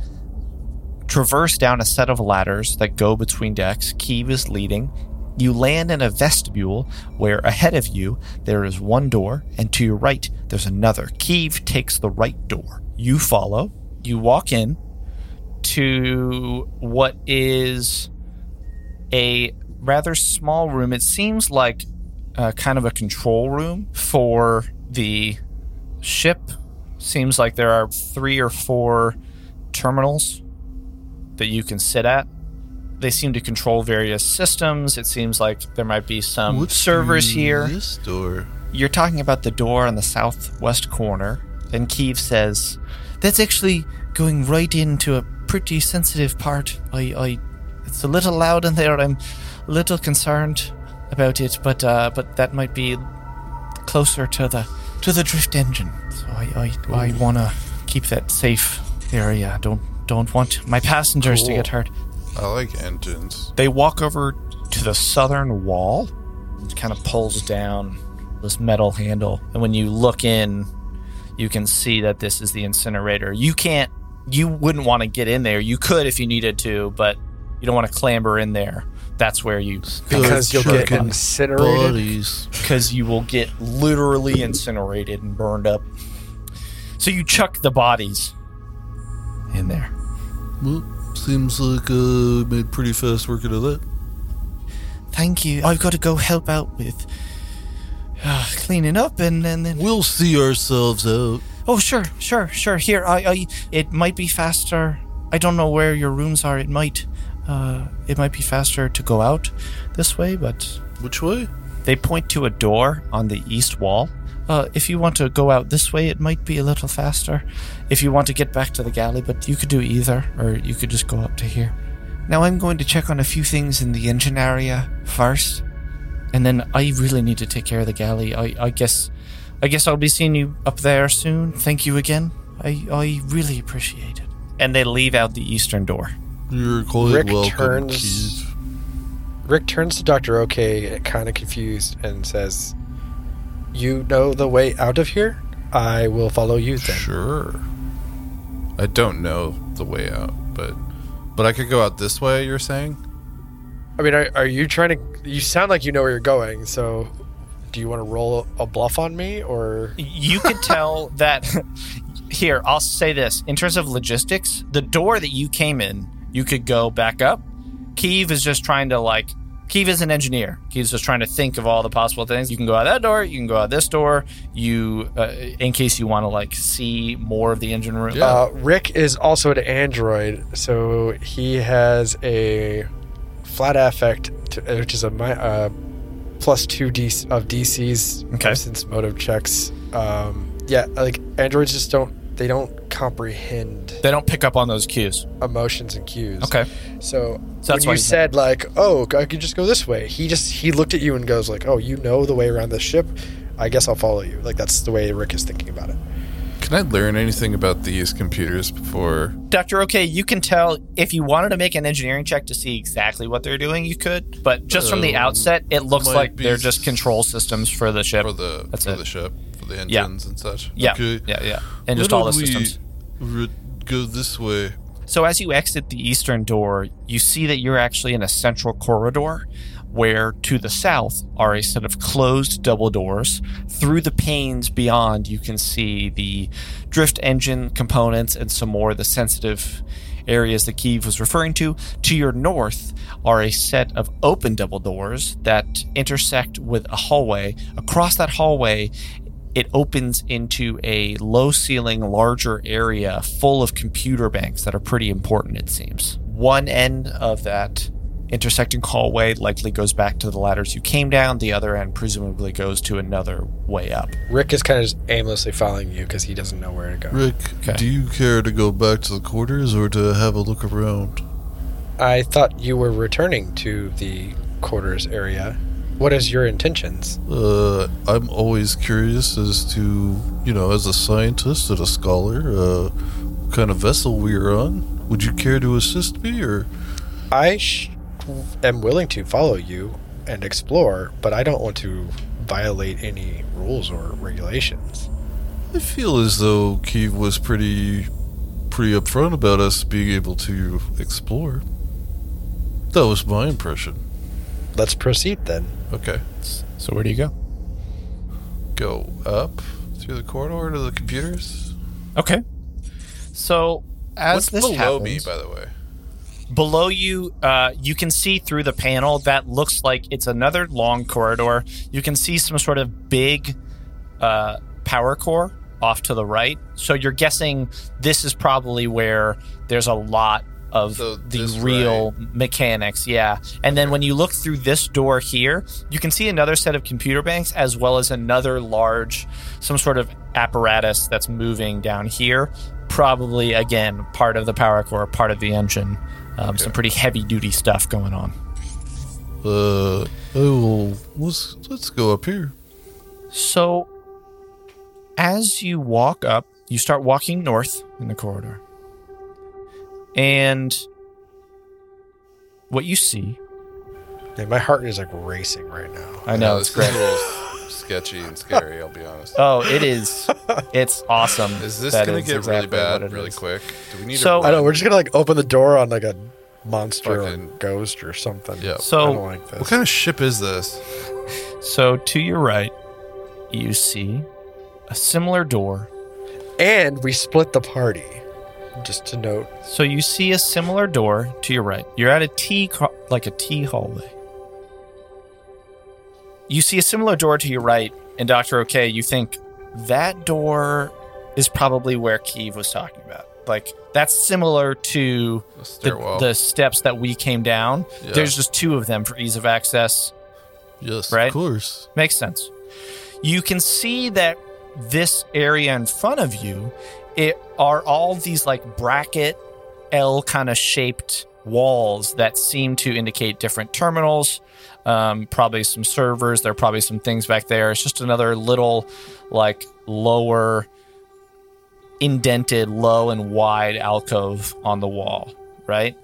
Speaker 2: traverse down a set of ladders that go between decks. Keeve is leading. You land in a vestibule where ahead of you there is one door, and to your right there's another. Keeve takes the right door. You follow. You walk in to what is a rather small room. It seems like uh, kind of a control room for the ship. Seems like there are three or four terminals that you can sit at. They seem to control various systems. It seems like there might be some servers here.
Speaker 3: This door.
Speaker 2: You're talking about the door in the southwest corner. Then Keeve says, That's actually going right into a pretty sensitive part. I, I it's a little loud in there. I'm a little concerned about it, but uh, but that might be closer to the to the drift engine. So I I, I wanna keep that safe area. I Don't don't want my passengers to get hurt.
Speaker 3: I like engines.
Speaker 2: They walk over to the southern wall. It kind of pulls down this metal handle. And when you look in, you can see that this is the incinerator. You can't, you wouldn't want to get in there. You could if you needed to, but you don't want to clamber in there. That's where you,
Speaker 4: Because you'll get
Speaker 3: Fucking
Speaker 4: incinerated.
Speaker 2: because you will get literally incinerated and burned up. So you chuck the bodies in there.
Speaker 3: Well, seems like uh, made pretty fast work out of that.
Speaker 2: Thank you. I've got to go help out with uh, cleaning up and, and then
Speaker 3: We'll see ourselves out.
Speaker 2: Oh, sure, sure, sure. Here, I, I, it might be faster. I don't know where your rooms are. It might, uh, it might be faster to go out this way, but
Speaker 3: Which way?
Speaker 2: they point to a door on the east wall. Uh, if you want to go out this way, it might be a little faster. If you want to get back to the galley, but you could do either, or you could just go up to here. Now I'm going to check on a few things in the engine area first, and then I really need to take care of the galley. I, I guess, I guess I'll be seeing you up there soon. Thank you again. I, I really appreciate it. And they leave out the eastern door.
Speaker 3: You're quite
Speaker 4: Rick
Speaker 3: welcome,
Speaker 4: turns-
Speaker 3: Keith.
Speaker 4: Rick turns to Dr. OK, kind of confused, and says, You know the way out of here? I will follow you then.
Speaker 3: Sure. I don't know the way out, but but I could go out this way. You're saying?
Speaker 4: I mean, are, are you trying to. You sound like you know where you're going, so do you want to roll a bluff on me? Or.
Speaker 2: you could tell that here i'll say this in terms of logistics the door that you came in you could go back up keeve is just trying to like keeve is an engineer keeve's just trying to think of all the possible things you can go out that door you can go out this door you uh, in case you want to like see more of the engine room
Speaker 3: Yeah.
Speaker 4: Uh, Rick is also an android, so he has a flat affect, to, which is a mi- uh, plus two D of DC's
Speaker 2: Okay.
Speaker 4: since motive checks. Um, yeah, like androids just don't they don't comprehend
Speaker 2: they don't pick up on those cues
Speaker 4: emotions and cues.
Speaker 2: okay
Speaker 4: so,
Speaker 2: So that's
Speaker 4: when
Speaker 2: why
Speaker 4: you
Speaker 2: he's
Speaker 4: said like, "Oh, I could just go this way," he just he looked at you and goes like, "Oh, you know the way around this ship." I guess I'll follow you. Like that's the way Rick is thinking about it.
Speaker 3: Can I learn anything about these computers before?
Speaker 2: Dr. Okay, you can tell if you wanted to make an engineering check to see exactly what they're doing, you could. But just from the
Speaker 3: Um,
Speaker 2: outset, it looks
Speaker 3: might
Speaker 2: like
Speaker 3: be
Speaker 2: they're just control systems for the ship.
Speaker 3: for the
Speaker 2: That's
Speaker 3: for
Speaker 2: it.
Speaker 3: the ship for the
Speaker 2: Yeah.
Speaker 3: engines and such.
Speaker 2: yeah,
Speaker 3: Okay.
Speaker 2: yeah, yeah, and
Speaker 3: Why
Speaker 2: just all the
Speaker 3: don't we
Speaker 2: systems.
Speaker 3: re- go this way.
Speaker 2: So as you exit the eastern door, you see that you're actually in a central corridor where to the south are a set of closed double doors. Through the panes beyond, you can see the drift engine components and some more of the sensitive areas that Kiev was referring to. To your north are a set of open double doors that intersect with a hallway. Across that hallway it opens into a low ceiling, larger area full of computer banks that are pretty important, it seems. One end of that intersecting hallway likely goes back to the ladders you came down, the other end presumably goes to another way up.
Speaker 4: Rick is kind of just aimlessly following you because he doesn't know where to go.
Speaker 3: Rick,
Speaker 2: Okay.
Speaker 3: do you care to go back to the quarters or to have a look around?
Speaker 4: I thought you were returning to the quarters area. What is your intentions?
Speaker 3: Uh, I'm always curious as to, you know, as a scientist and a scholar, uh, what kind of vessel we are on. Would you care to assist me, or
Speaker 4: I sh- am willing to follow you and explore, but I don't want to violate any rules or regulations.
Speaker 3: I feel as though Keeve was pretty, pretty upfront about us being able to explore. That was my impression.
Speaker 4: Let's proceed then.
Speaker 3: Okay,
Speaker 2: So where do you go?
Speaker 3: go up through the corridor to the computers.
Speaker 2: Okay. So as
Speaker 3: What's
Speaker 2: this
Speaker 3: below
Speaker 2: happens,
Speaker 3: me, by the way?
Speaker 2: Below you, uh, you can see through the panel that looks like it's another long corridor. You can see some sort of big uh, power core off to the right. So you're guessing this is probably where there's a lot of
Speaker 3: So
Speaker 2: the
Speaker 3: this
Speaker 2: real mechanics. Yeah. And then when you look through this door here, you can see another set of computer banks as well as another large, some sort of apparatus that's moving down here. Probably, again, part of the power core, part of the engine. Um, Some pretty heavy duty stuff going on.
Speaker 3: Uh, oh, let's let's go up here.
Speaker 2: So, as you walk up, you start walking north in the corridor. And what you see,
Speaker 4: Man, my heart is like racing right now.
Speaker 2: I know it's
Speaker 3: this is
Speaker 2: great.
Speaker 3: a little sketchy and scary. I'll be honest.
Speaker 2: Oh, it is. It's awesome.
Speaker 3: Is this
Speaker 2: Oh, That
Speaker 3: gonna
Speaker 2: is
Speaker 3: get really
Speaker 2: exactly what
Speaker 3: bad
Speaker 2: it
Speaker 3: really
Speaker 2: is.
Speaker 3: quick? Do we need
Speaker 2: So-
Speaker 3: to
Speaker 4: I know we're just gonna like open the door on like a monster
Speaker 3: Fucking-
Speaker 4: or ghost or something.
Speaker 3: Yeah.
Speaker 4: I
Speaker 2: So-
Speaker 4: don't like this.
Speaker 3: What kind of ship is this?
Speaker 2: So, to your right, you see a similar door.
Speaker 4: And we split the party. Just to note,
Speaker 2: So, you see a similar door to your right. You're at a T, co- like a T hallway. You see a similar door to your right, and Dr. OK, you think that door is probably where Kiev was talking about. Like, that's similar to
Speaker 3: A
Speaker 2: the,
Speaker 3: stairwell.
Speaker 2: the steps that we came down.
Speaker 3: Yeah.
Speaker 2: There's just two of them for ease of access.
Speaker 3: yes,
Speaker 2: right?
Speaker 3: of course.
Speaker 2: Makes sense. You can see that this area in front of you, it are all these like bracket L kind of shaped walls that seem to indicate different terminals, um, probably some servers. There are probably some things back there. It's just another little like lower indented low and wide alcove on the wall, right?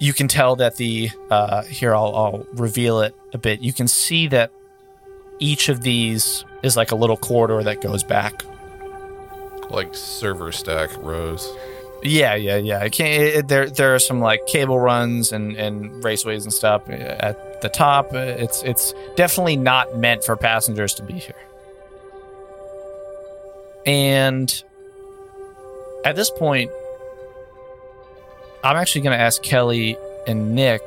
Speaker 2: You can tell that the uh, here I'll, I'll reveal it a bit. You can see that each of these is like a little corridor that goes back.
Speaker 3: Like server stack rows.
Speaker 2: Yeah, yeah, yeah. It can't, it, it- there, there are some like cable runs and, and raceways and stuff uh, at the top. Uh, It's it's definitely not meant for passengers to be here. And at this point, I'm actually going to ask Kelly and Nick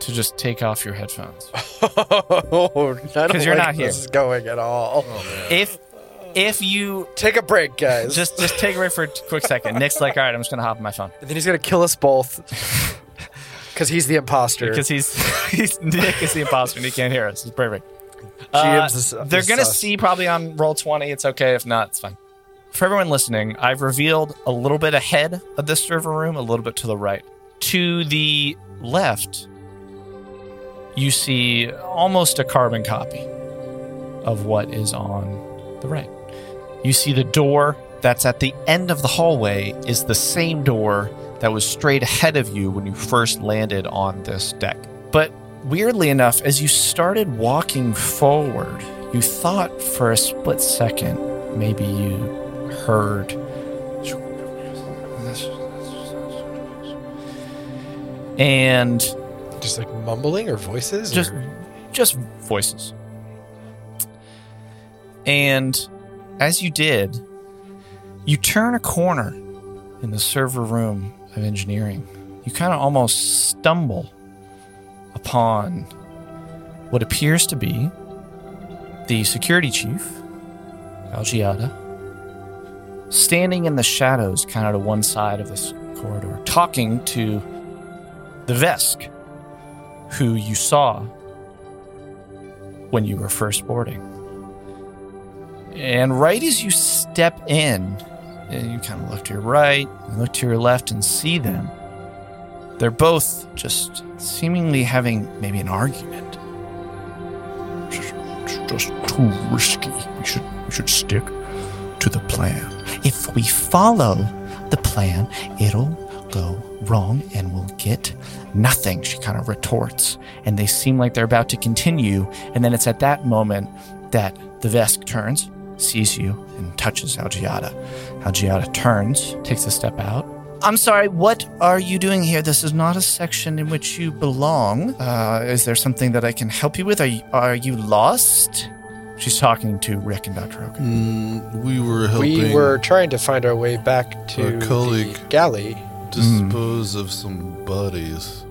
Speaker 2: to just take off your headphones.
Speaker 4: Oh, because
Speaker 2: you're not here.
Speaker 4: This is going at all.
Speaker 2: if if you
Speaker 4: Take a break, guys.
Speaker 2: just just take away for a quick second, Nick's like, all right, I'm just going to hop on my phone.
Speaker 4: And then he's gonna kill us both because he's the imposter.
Speaker 2: because he's he's Nick is the imposter and he can't hear us. He's perfect. Uh,
Speaker 4: GM's is-
Speaker 2: they're
Speaker 4: is
Speaker 2: gonna
Speaker 4: sus.
Speaker 2: see probably on roll twenty. It's okay if not, it's fine. For everyone listening, I've revealed a little bit ahead of this server room, a little bit to the right. To the left, you see almost a carbon copy of what is on the right. You see the door that's at the end of the hallway is the same door that was straight ahead of you when you first landed on this deck. But weirdly enough, as you started walking forward, you thought for a split second maybe you heard. And
Speaker 4: just like mumbling or voices.
Speaker 2: just
Speaker 4: or-
Speaker 2: just voices and as you did you turn a corner in the server room of engineering you kind of almost stumble upon what appears to be the security chief algiada standing in the shadows kind of to one side of this corridor talking to the vesk who you saw when you were first boarding. And right as you step in, and you kind of look to your right, and look to your left, and see them. They're both just seemingly having maybe an argument. It's just too risky. We should we should stick to the plan. If we follow the plan, it'll go wrong and we'll get nothing. She kind of retorts, and they seem like they're about to continue. And then it's at that moment that the Vesk turns, sees you, and touches Algiada. Algiada turns, takes a step out. I'm sorry, what are you doing here? This is not a section in which you belong. Uh, is there something that I can help you with? Are you, are you lost? She's talking to Rick and Dr. Oak.
Speaker 3: Mm, we were helping.
Speaker 4: we were trying to find our way back to
Speaker 3: Our colleague.
Speaker 2: hmm.
Speaker 4: the galley
Speaker 3: dispose of some bodies.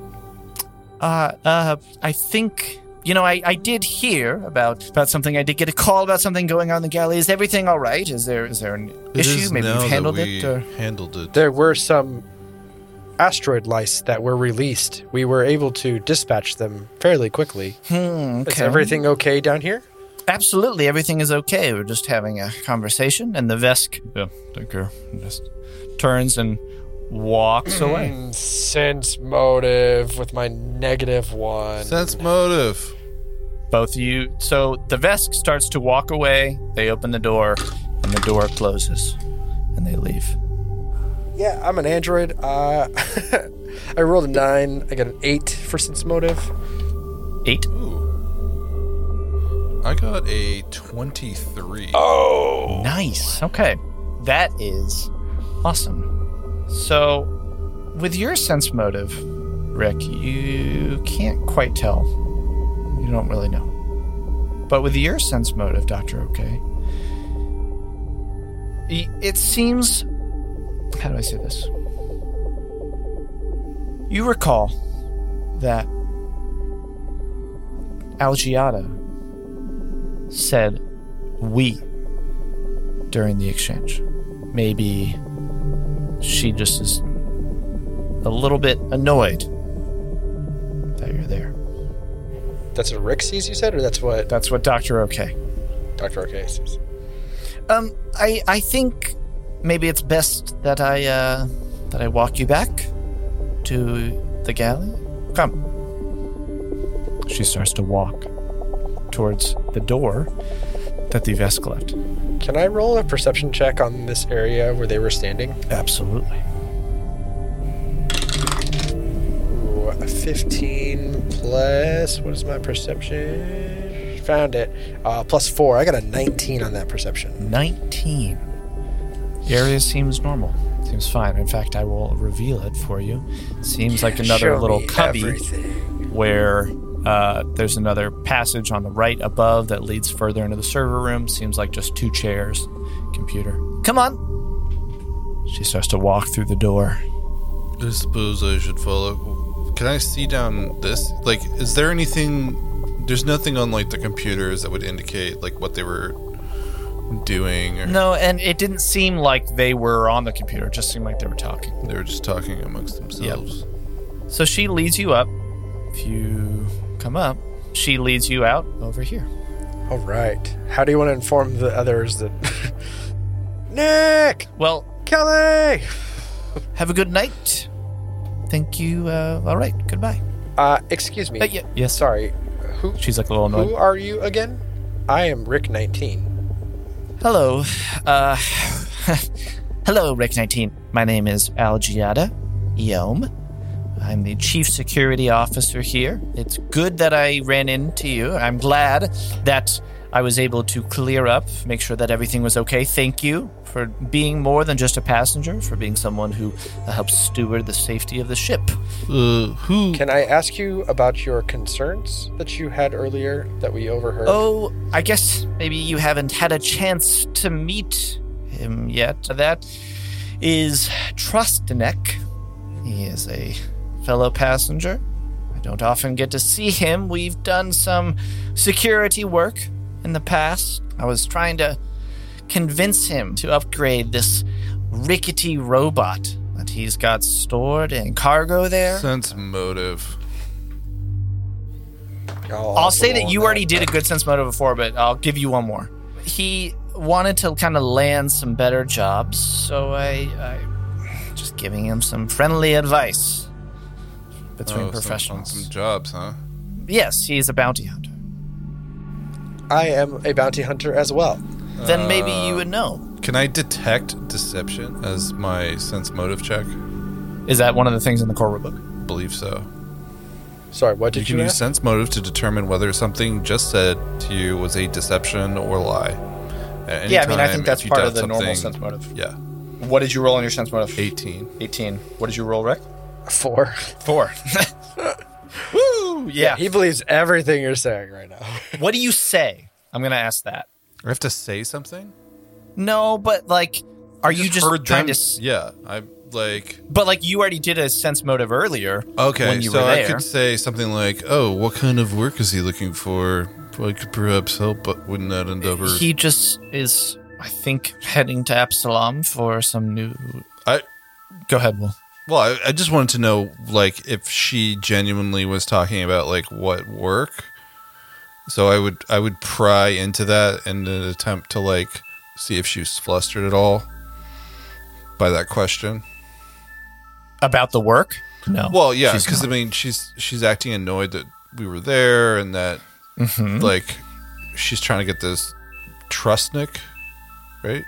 Speaker 2: Uh, uh, I think you know. I, I did hear about about something. I did get a call about something going on in the galley. Is everything all right? Is there is there an
Speaker 3: It
Speaker 2: issue?
Speaker 3: is
Speaker 2: Maybe
Speaker 3: now
Speaker 2: you've
Speaker 3: that
Speaker 2: handled
Speaker 3: we
Speaker 2: it. Or...
Speaker 3: Handled it.
Speaker 4: There were some asteroid lice that were released. We were able to dispatch them fairly quickly.
Speaker 2: Hmm,
Speaker 4: Is
Speaker 2: okay.
Speaker 4: everything okay down here?
Speaker 2: Absolutely, everything is okay. We're just having a conversation, and the Vesk. Yeah, don't care. Just turns and walks away.
Speaker 4: Sense motive with my negative one.
Speaker 3: Sense motive.
Speaker 2: Both of you. So the Vesk starts to walk away. They open the door, and the door closes, and they leave.
Speaker 4: Yeah, I'm an android. Uh, I rolled a nine. I got an eight for sense motive.
Speaker 2: Eight.
Speaker 3: I got a 23.
Speaker 2: Oh, Nice. Okay. That is awesome. So, with your sense motive, Rick, you can't quite tell. You don't really know. But with your sense motive, Dr. Okay, i- it seems. How do I say this? You recall that Algiata said, We during the exchange. Maybe she just is a little bit annoyed that you're there.
Speaker 4: That's what Rick sees, you said, or that's what
Speaker 2: That's what Dr. Okay.
Speaker 4: Dr. Arcade sees?
Speaker 2: Um I I think maybe it's best that I uh that I walk you back to the galley. Come. She starts to walk towards the door that the Vesk left.
Speaker 4: Can I roll a perception check on this area where they were standing?
Speaker 2: Absolutely.
Speaker 4: Ooh, a 15 plus. What is my perception? Found it. Uh, plus four. I got a 19 on that perception.
Speaker 2: 19. The area seems normal. Seems fine. In fact, I will reveal it for you. Seems like another
Speaker 4: Show
Speaker 2: little
Speaker 4: me
Speaker 2: cubby
Speaker 4: everything.
Speaker 2: where uh, there's another passage on the right above that leads further into the server room. Seems like just two chairs, computer. Come on. She starts to walk through the door.
Speaker 3: I suppose I should follow. Can I see down this? Like, is there anything? There's nothing on like the computers that would indicate like what they were doing, or
Speaker 2: No, and it didn't seem like they were on the computer. It just seemed like they were talking.
Speaker 3: they were just talking amongst themselves.
Speaker 2: So she leads you up. If you come up, she leads you out over here.
Speaker 4: All right. How do you want to inform the others that. Nick!
Speaker 2: Well,
Speaker 4: Kelly!
Speaker 2: Have a good night. Thank you. Uh, all right. Goodbye.
Speaker 4: Uh, excuse me.
Speaker 2: Uh, yeah, yes.
Speaker 4: Sorry. Who,
Speaker 2: She's like a little
Speaker 4: who
Speaker 2: annoyed.
Speaker 4: are you again? I am Rick 19.
Speaker 2: Hello. Uh, hello, Rick 19. My name is Algiada Yom. I'm the chief security officer here. It's good that I ran into you. I'm glad that I was able to clear up, make sure that everything was okay. Thank you for being more than just a passenger, for being someone who uh, helps steward the safety of the ship.
Speaker 3: Uh, who?
Speaker 4: Can I ask you about your concerns that you had earlier that we overheard?
Speaker 2: Oh, I guess maybe you haven't had a chance to meet him yet. That is Trustenek. He is a fellow passenger. I don't often get to see him. We've done some security work in the past. I was trying to convince him to upgrade this rickety robot that he's got stored in cargo there.
Speaker 3: Sense motive.
Speaker 2: I'll say that you already did a good sense motive before, but I'll give you one more. He wanted to kind of land some better jobs, so I, I just giving him some friendly advice between
Speaker 3: Oh, some-
Speaker 2: professionals.
Speaker 3: Some, jobs, huh?
Speaker 2: yes, he's a bounty hunter.
Speaker 4: I am a bounty hunter as well.
Speaker 2: then maybe you would know.
Speaker 3: Can I detect deception as my sense motive check?
Speaker 2: Is that one of the things in the core book?
Speaker 3: Believe so.
Speaker 4: Sorry, what
Speaker 3: you
Speaker 4: did
Speaker 3: can
Speaker 4: you,
Speaker 3: use
Speaker 4: ask?
Speaker 3: sense motive to determine whether something just said to you was a deception or lie. At any
Speaker 2: Yeah, I mean, I
Speaker 3: time,
Speaker 2: think that's
Speaker 3: if you
Speaker 2: part of
Speaker 3: doubt
Speaker 2: the normal
Speaker 3: something-
Speaker 2: sense motive.
Speaker 3: Yeah,
Speaker 2: What did you roll on your sense motive?
Speaker 3: 18.
Speaker 2: 18. What did you roll, Rick?
Speaker 4: Four.
Speaker 2: Four. Woo! Yeah.
Speaker 4: He believes everything you're saying right now.
Speaker 2: What do you say? I'm going to ask that.
Speaker 3: I have to say something.
Speaker 2: No, but like, are you
Speaker 3: Just
Speaker 2: just
Speaker 3: heard
Speaker 2: trying
Speaker 3: them-
Speaker 2: to? s-
Speaker 3: Yeah, I like
Speaker 2: But like you already did a sense motive earlier.
Speaker 3: okay,
Speaker 2: when you
Speaker 3: so
Speaker 2: were
Speaker 3: I
Speaker 2: there.
Speaker 3: could say something like, "Oh, what kind of work is he looking for? I could perhaps help, but wouldn't that endeavor?"
Speaker 2: He just is, I think, heading to Absalom for some new.
Speaker 3: I
Speaker 2: Go ahead, Will.
Speaker 3: well, I, I just wanted to know like if she genuinely was talking about like what work. So I would I would pry into that in an attempt to like see if she was flustered at all by that question.
Speaker 2: About the work? No.
Speaker 3: Well, yeah,
Speaker 2: she's
Speaker 3: because I
Speaker 2: not.
Speaker 3: mean, she's she's acting annoyed that we were there and that
Speaker 8: Mm-hmm.
Speaker 3: like she's trying to get this Trustnik, right?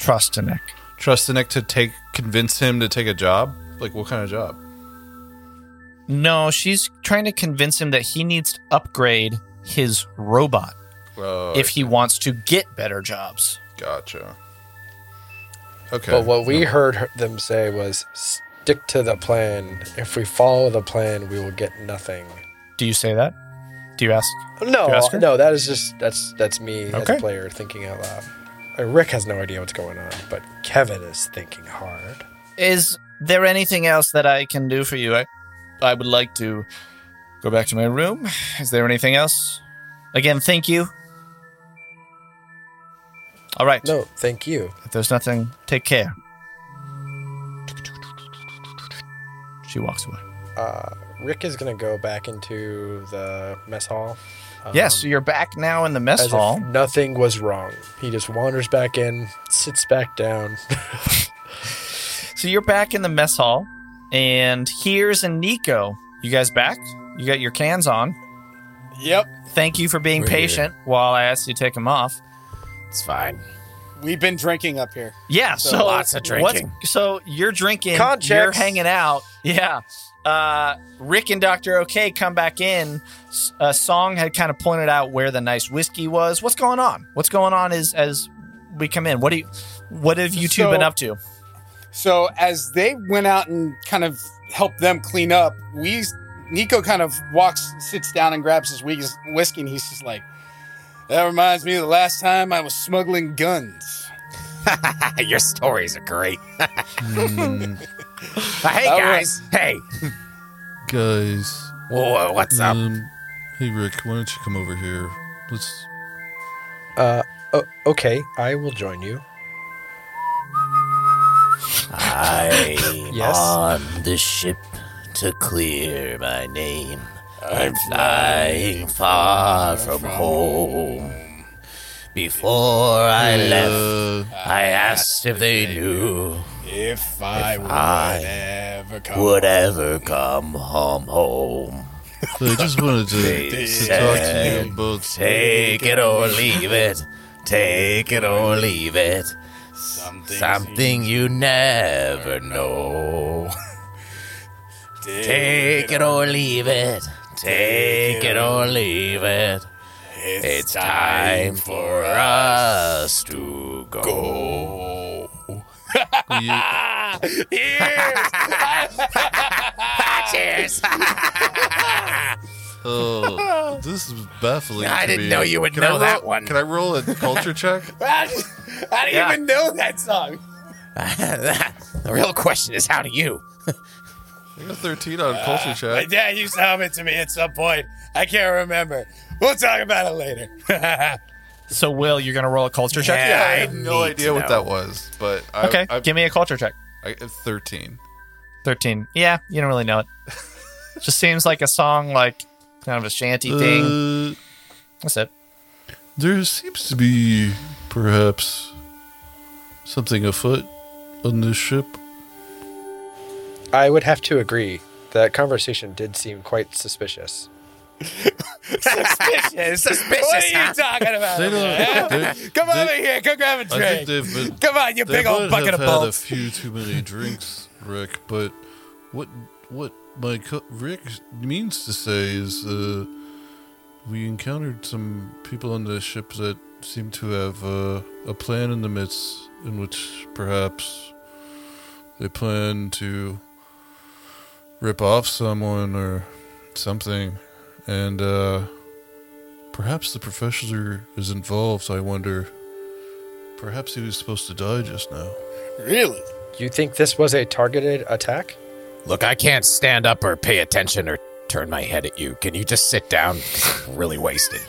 Speaker 2: Trostinek.
Speaker 3: Trustnik to take convince him to take a job. Like, what kind of job?
Speaker 2: No, she's trying to convince him that he needs to upgrade his robot
Speaker 3: Oh,
Speaker 2: if he wants to get better jobs.
Speaker 3: gotcha. Okay,
Speaker 4: But what we heard her- them say was stick to the plan. If we follow the plan, we will get nothing.
Speaker 2: Do you say that? Do you ask?
Speaker 4: No,
Speaker 2: you ask her?
Speaker 4: no, that is just that's that's me as a
Speaker 2: Okay.
Speaker 4: player thinking out loud. Uh, Rick has no idea what's going on, but Kevin is thinking hard.
Speaker 2: Is there anything else that I can do for you? I, I would like to go back to my room. Is there anything else? Again, thank you. All right.
Speaker 4: No, thank you.
Speaker 2: If there's nothing, take care. She walks away.
Speaker 4: Uh, Rick is gonna go back into the mess hall. Um,
Speaker 2: yes, so you're back now in the mess
Speaker 4: as
Speaker 2: hall.
Speaker 4: if nothing was wrong. He just wanders back in, sits back down.
Speaker 2: So you're back in the mess hall, and here's a Nico. You guys back? You got your cans on.
Speaker 1: Yep,
Speaker 2: Thank you for being
Speaker 8: We're here.
Speaker 2: patient while I asked you to take them off.
Speaker 8: It's fine.
Speaker 1: we've been drinking up here.
Speaker 2: Yeah, so,
Speaker 8: Lots of
Speaker 2: what's-
Speaker 8: drinking.
Speaker 2: So you're drinking,
Speaker 4: Con
Speaker 2: you're
Speaker 4: checks.
Speaker 2: hanging out. Yeah. Uh, Rick and Dr. OK come back in. S- Uh, Song had kind of pointed out where the nice whiskey was. What's going on? What's going on is as we come in. What do you what have you two
Speaker 1: So-
Speaker 2: been up to?
Speaker 1: So as they went out and kind of helped them clean up, we Nico kind of walks, sits down, and grabs his whis- whiskey, and he's just like, "That reminds me of the last time I was smuggling guns."
Speaker 8: Your stories are great.
Speaker 2: Hmm.
Speaker 8: hey
Speaker 1: All right.
Speaker 8: guys. Hey.
Speaker 3: guys.
Speaker 8: Whoa, what's up?
Speaker 3: Um, hey, Rick, why don't you come over here? Let's.
Speaker 4: Uh, o- okay, I will join you.
Speaker 9: I
Speaker 1: Mm.
Speaker 4: Yes.
Speaker 9: on the ship to clear my name. I'm flying far from home. Before I left,
Speaker 3: Uh,
Speaker 9: I asked if they knew
Speaker 1: If I would
Speaker 9: I
Speaker 1: ever come,
Speaker 9: would ever come home home.
Speaker 3: I just wanted to,
Speaker 9: They
Speaker 3: to talk to you
Speaker 9: said
Speaker 3: about.
Speaker 9: Take it or leave it. Take it or leave it.
Speaker 1: something,
Speaker 9: Something you never know. Take it or leave it. Take it or leave it. It's time for us to go.
Speaker 3: You,
Speaker 9: Cheers!
Speaker 3: Oh, this is baffling.
Speaker 8: I
Speaker 3: to
Speaker 8: didn't
Speaker 3: me.
Speaker 8: know you would
Speaker 3: I
Speaker 8: know
Speaker 3: roll-
Speaker 8: that one.
Speaker 3: Can I roll a culture check?
Speaker 1: I didn't even know that song.
Speaker 8: the real question is how do you?
Speaker 3: I got a 13 on culture
Speaker 1: My
Speaker 3: check.
Speaker 1: dad used to hum it to me at some point. I can't remember. We'll talk about it later.
Speaker 2: So Will, you're gonna roll a culture check?
Speaker 3: I
Speaker 8: Yeah,
Speaker 3: had no idea what that was, but I,
Speaker 2: Okay.
Speaker 3: I,
Speaker 2: give me a culture check.
Speaker 3: I, I- 13.
Speaker 2: 13. Yeah, you don't really know it. Just seems like a song, like kind of a shanty thing.
Speaker 3: Uh,
Speaker 2: That's it.
Speaker 3: there seems to be perhaps something afoot on this ship.
Speaker 4: I would have to agree. That conversation did seem quite suspicious.
Speaker 8: Suspicious. Suspicious.
Speaker 1: what are you
Speaker 8: huh?
Speaker 1: talking about?
Speaker 3: They don't. they-
Speaker 1: Come
Speaker 3: they-
Speaker 1: over here. Come grab a
Speaker 3: I
Speaker 1: drink.
Speaker 3: think they've been.
Speaker 1: Come on, you
Speaker 3: They
Speaker 1: big old
Speaker 3: might
Speaker 1: bucket
Speaker 3: have
Speaker 1: of
Speaker 3: had a
Speaker 1: balls.
Speaker 3: few too many drinks, Rick. But what what my co- Rick means to say is, uh, we encountered some people on the ship that seem to have uh, a plan in the midst, in which perhaps they plan to rip off someone or something, and uh, perhaps the professor is involved. I wonder. Perhaps he was supposed to die just now.
Speaker 1: Really?
Speaker 4: You think this was a targeted attack?
Speaker 9: Look, I can't stand up or pay attention or turn my head at you. Can you just sit down? 'Cause I'm really wasted.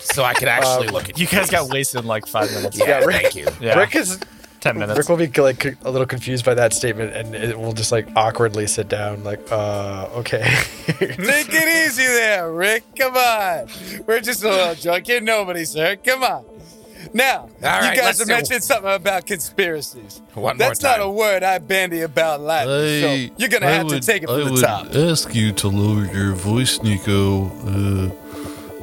Speaker 9: So I can actually look at you.
Speaker 2: You guys got wasted in like five minutes.
Speaker 9: Yeah, thank you.
Speaker 2: Yeah.
Speaker 4: Rick is
Speaker 2: ten minutes.
Speaker 4: Rick will be like co- a little confused by that statement, and it will just like awkwardly sit down, like, uh, okay.
Speaker 1: Make it easy there, Rick. Come on. We're just a little drunken nobody, sir. Come on. Now,
Speaker 9: right,
Speaker 1: you guys
Speaker 9: let's
Speaker 1: have
Speaker 9: do-
Speaker 1: mentioned something about conspiracies.
Speaker 9: One more
Speaker 1: That's not
Speaker 9: time.
Speaker 1: a word I bandy about lightly.
Speaker 3: I-
Speaker 1: so you're going to
Speaker 3: I
Speaker 1: have
Speaker 3: would-
Speaker 1: to take it
Speaker 3: I
Speaker 1: from the
Speaker 3: would
Speaker 1: top.
Speaker 3: ask you to lower your voice, Nico. Uh,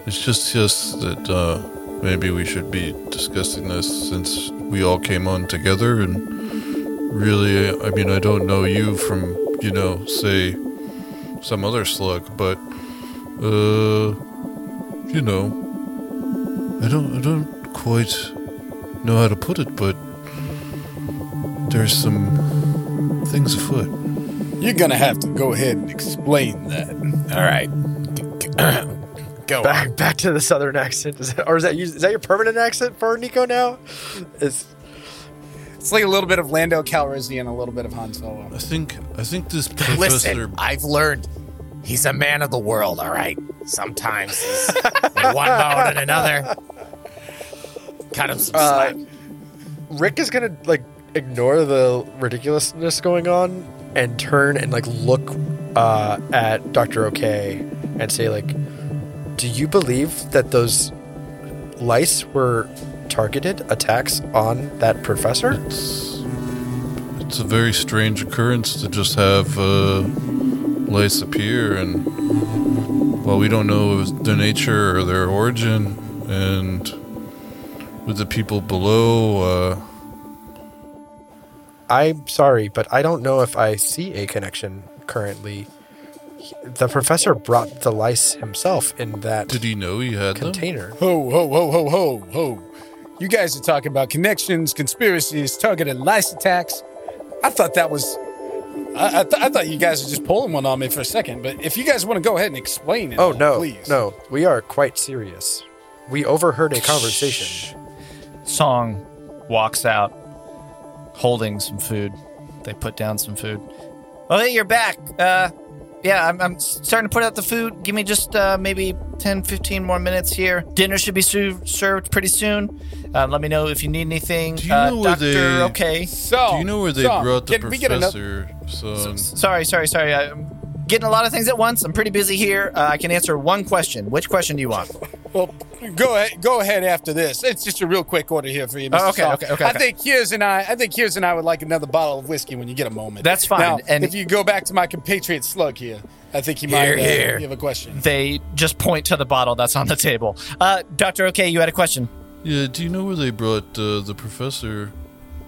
Speaker 3: it's just yes that uh, maybe we should be discussing this since we all came on together, and really, I mean, I don't know you from you know, say, some other slug, but uh, you know, I don't, I don't quite know how to put it, but there's some things afoot.
Speaker 1: You're going to have to go ahead and explain that.
Speaker 9: All right. Go on.
Speaker 4: back back to the southern accent, is that, or is that you, is that your permanent accent for Nico now? It's
Speaker 1: It's like a little bit of Lando Calrissian, a little bit of Han Solo.
Speaker 3: I think I think this professor.
Speaker 9: Listen, I've learned he's a man of the world, all right? Sometimes he's in one mode and another. Cut him some
Speaker 1: Uh,
Speaker 9: slack.
Speaker 4: Rick is gonna like ignore the ridiculousness going on and turn and like look uh, at Doctor Okay and say like, "Do you believe that those lice were targeted attacks on that professor?"
Speaker 3: It's, it's a very strange occurrence to just have uh, lice appear, and while we don't know their nature or their origin, and with the people below, uh,
Speaker 4: I'm sorry, but I don't know if I see a connection currently. He- The professor brought the lice himself in that
Speaker 3: did he know he had them?
Speaker 4: container. Oh,
Speaker 1: Ho, ho, ho, ho, ho, ho. You guys are talking about connections, conspiracies, targeted lice attacks. I thought that was. I, I, th- I thought you guys were just pulling one on me for a second, but if you guys want to go ahead and explain it,
Speaker 4: Oh no,
Speaker 1: please.
Speaker 4: no, we are quite serious. We overheard a conversation.
Speaker 2: Song walks out holding some food. They put down some food. Oh, hey, you're back. Uh, yeah, I'm, I'm starting to put out the food. Give me just uh, maybe 10, 15 more minutes here. Dinner should be su- served pretty soon. Uh, let me know if you need anything.
Speaker 3: Do you
Speaker 2: uh,
Speaker 3: know where
Speaker 2: Doctor,
Speaker 3: they-
Speaker 2: okay.
Speaker 1: So,
Speaker 3: Do you know where they
Speaker 1: so,
Speaker 3: brought the
Speaker 1: can we get another-
Speaker 3: professor?
Speaker 2: S-
Speaker 3: Son?
Speaker 2: Sorry, sorry, sorry. I'm getting a lot of things at once. I'm pretty busy here. Uh, I can answer one question. Which question do you want?
Speaker 1: Well, go ahead. Go ahead after this. It's just a real quick order here for you. Mr.
Speaker 2: Oh, okay,
Speaker 1: Saul.
Speaker 2: okay, okay,
Speaker 1: I
Speaker 2: okay.
Speaker 1: think Hughes and I. I think Hughes and I would like another bottle of whiskey when you get a moment.
Speaker 2: That's fine,
Speaker 1: Now,
Speaker 2: and-
Speaker 1: if you go back to my compatriot Slug here, I think he might
Speaker 9: Here,
Speaker 1: uh,
Speaker 9: here.
Speaker 1: you have a question.
Speaker 2: They just point to the bottle that's on the table. Uh, Doctor, okay, you had a question.
Speaker 3: Yeah, do you know where they brought uh, the professor,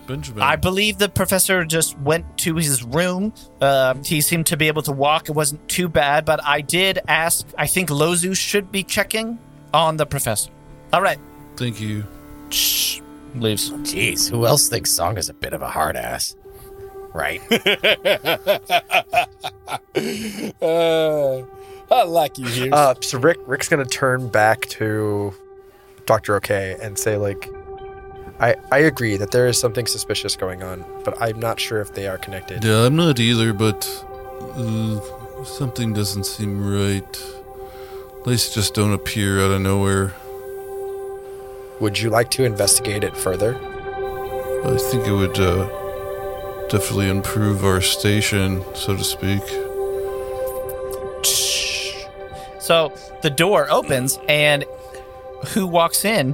Speaker 3: Benjamin?
Speaker 2: I believe the professor just went to his room. Um, he seemed to be able to walk. It wasn't too bad, but I did ask. I think Lozu should be checking on the professor. All right.
Speaker 3: Thank you.
Speaker 2: Shh. Leaves.
Speaker 9: Jeez, who else thinks Song is a bit of a hard ass? Right?
Speaker 1: Uh, I like you, Hughes.
Speaker 4: Uh, so Rick, Rick's gonna turn back to Doctor Okay and say like, I I agree that there is something suspicious going on, but I'm not sure if they are connected.
Speaker 3: Yeah, I'm not either, but uh, something doesn't seem right. Lice just don't appear out of nowhere.
Speaker 4: Would you like to investigate it further?
Speaker 3: I think it would uh, definitely improve our station, so to speak.
Speaker 2: So the door opens, and who walks in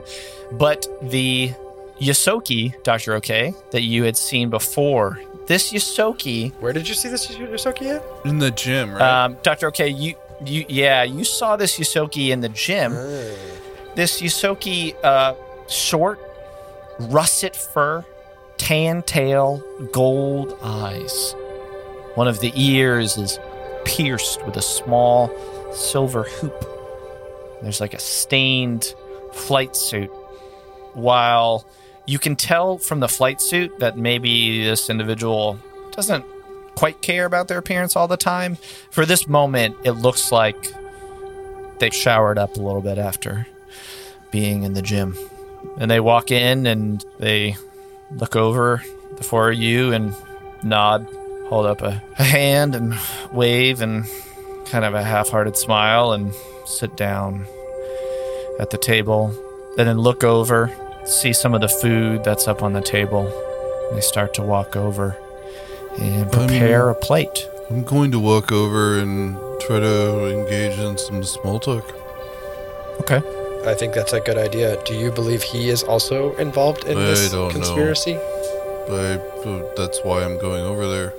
Speaker 2: but the Yosoki, Dr. Okay, that you had seen before? This Yosoki,
Speaker 4: Where did you see this Yosoki at?
Speaker 3: In the gym, right?
Speaker 2: um, Dr. Okay, you. You, yeah, you saw this Yosoki in the gym. This Yosoki, uh, short, russet fur, tan tail, gold eyes. One of the ears is pierced with a small silver hoop. There's like a stained flight suit. While you can tell from the flight suit that maybe this individual doesn't quite care about their appearance all the time, for this moment, it looks like they showered up a little bit after being in the gym. And they walk in and they look over the four of you and nod, hold up a, a hand, and wave, and kind of a half hearted smile, and sit down at the table. And then look over, see some of the food that's up on the table. They start to walk over and prepare a plate.
Speaker 3: I'm going to walk over and try to engage in some small talk.
Speaker 2: Okay.
Speaker 4: I think that's a good idea. Do you believe he is also involved in
Speaker 3: I
Speaker 4: this
Speaker 3: don't know.
Speaker 4: conspiracy?
Speaker 3: I, uh, that's why I'm going over there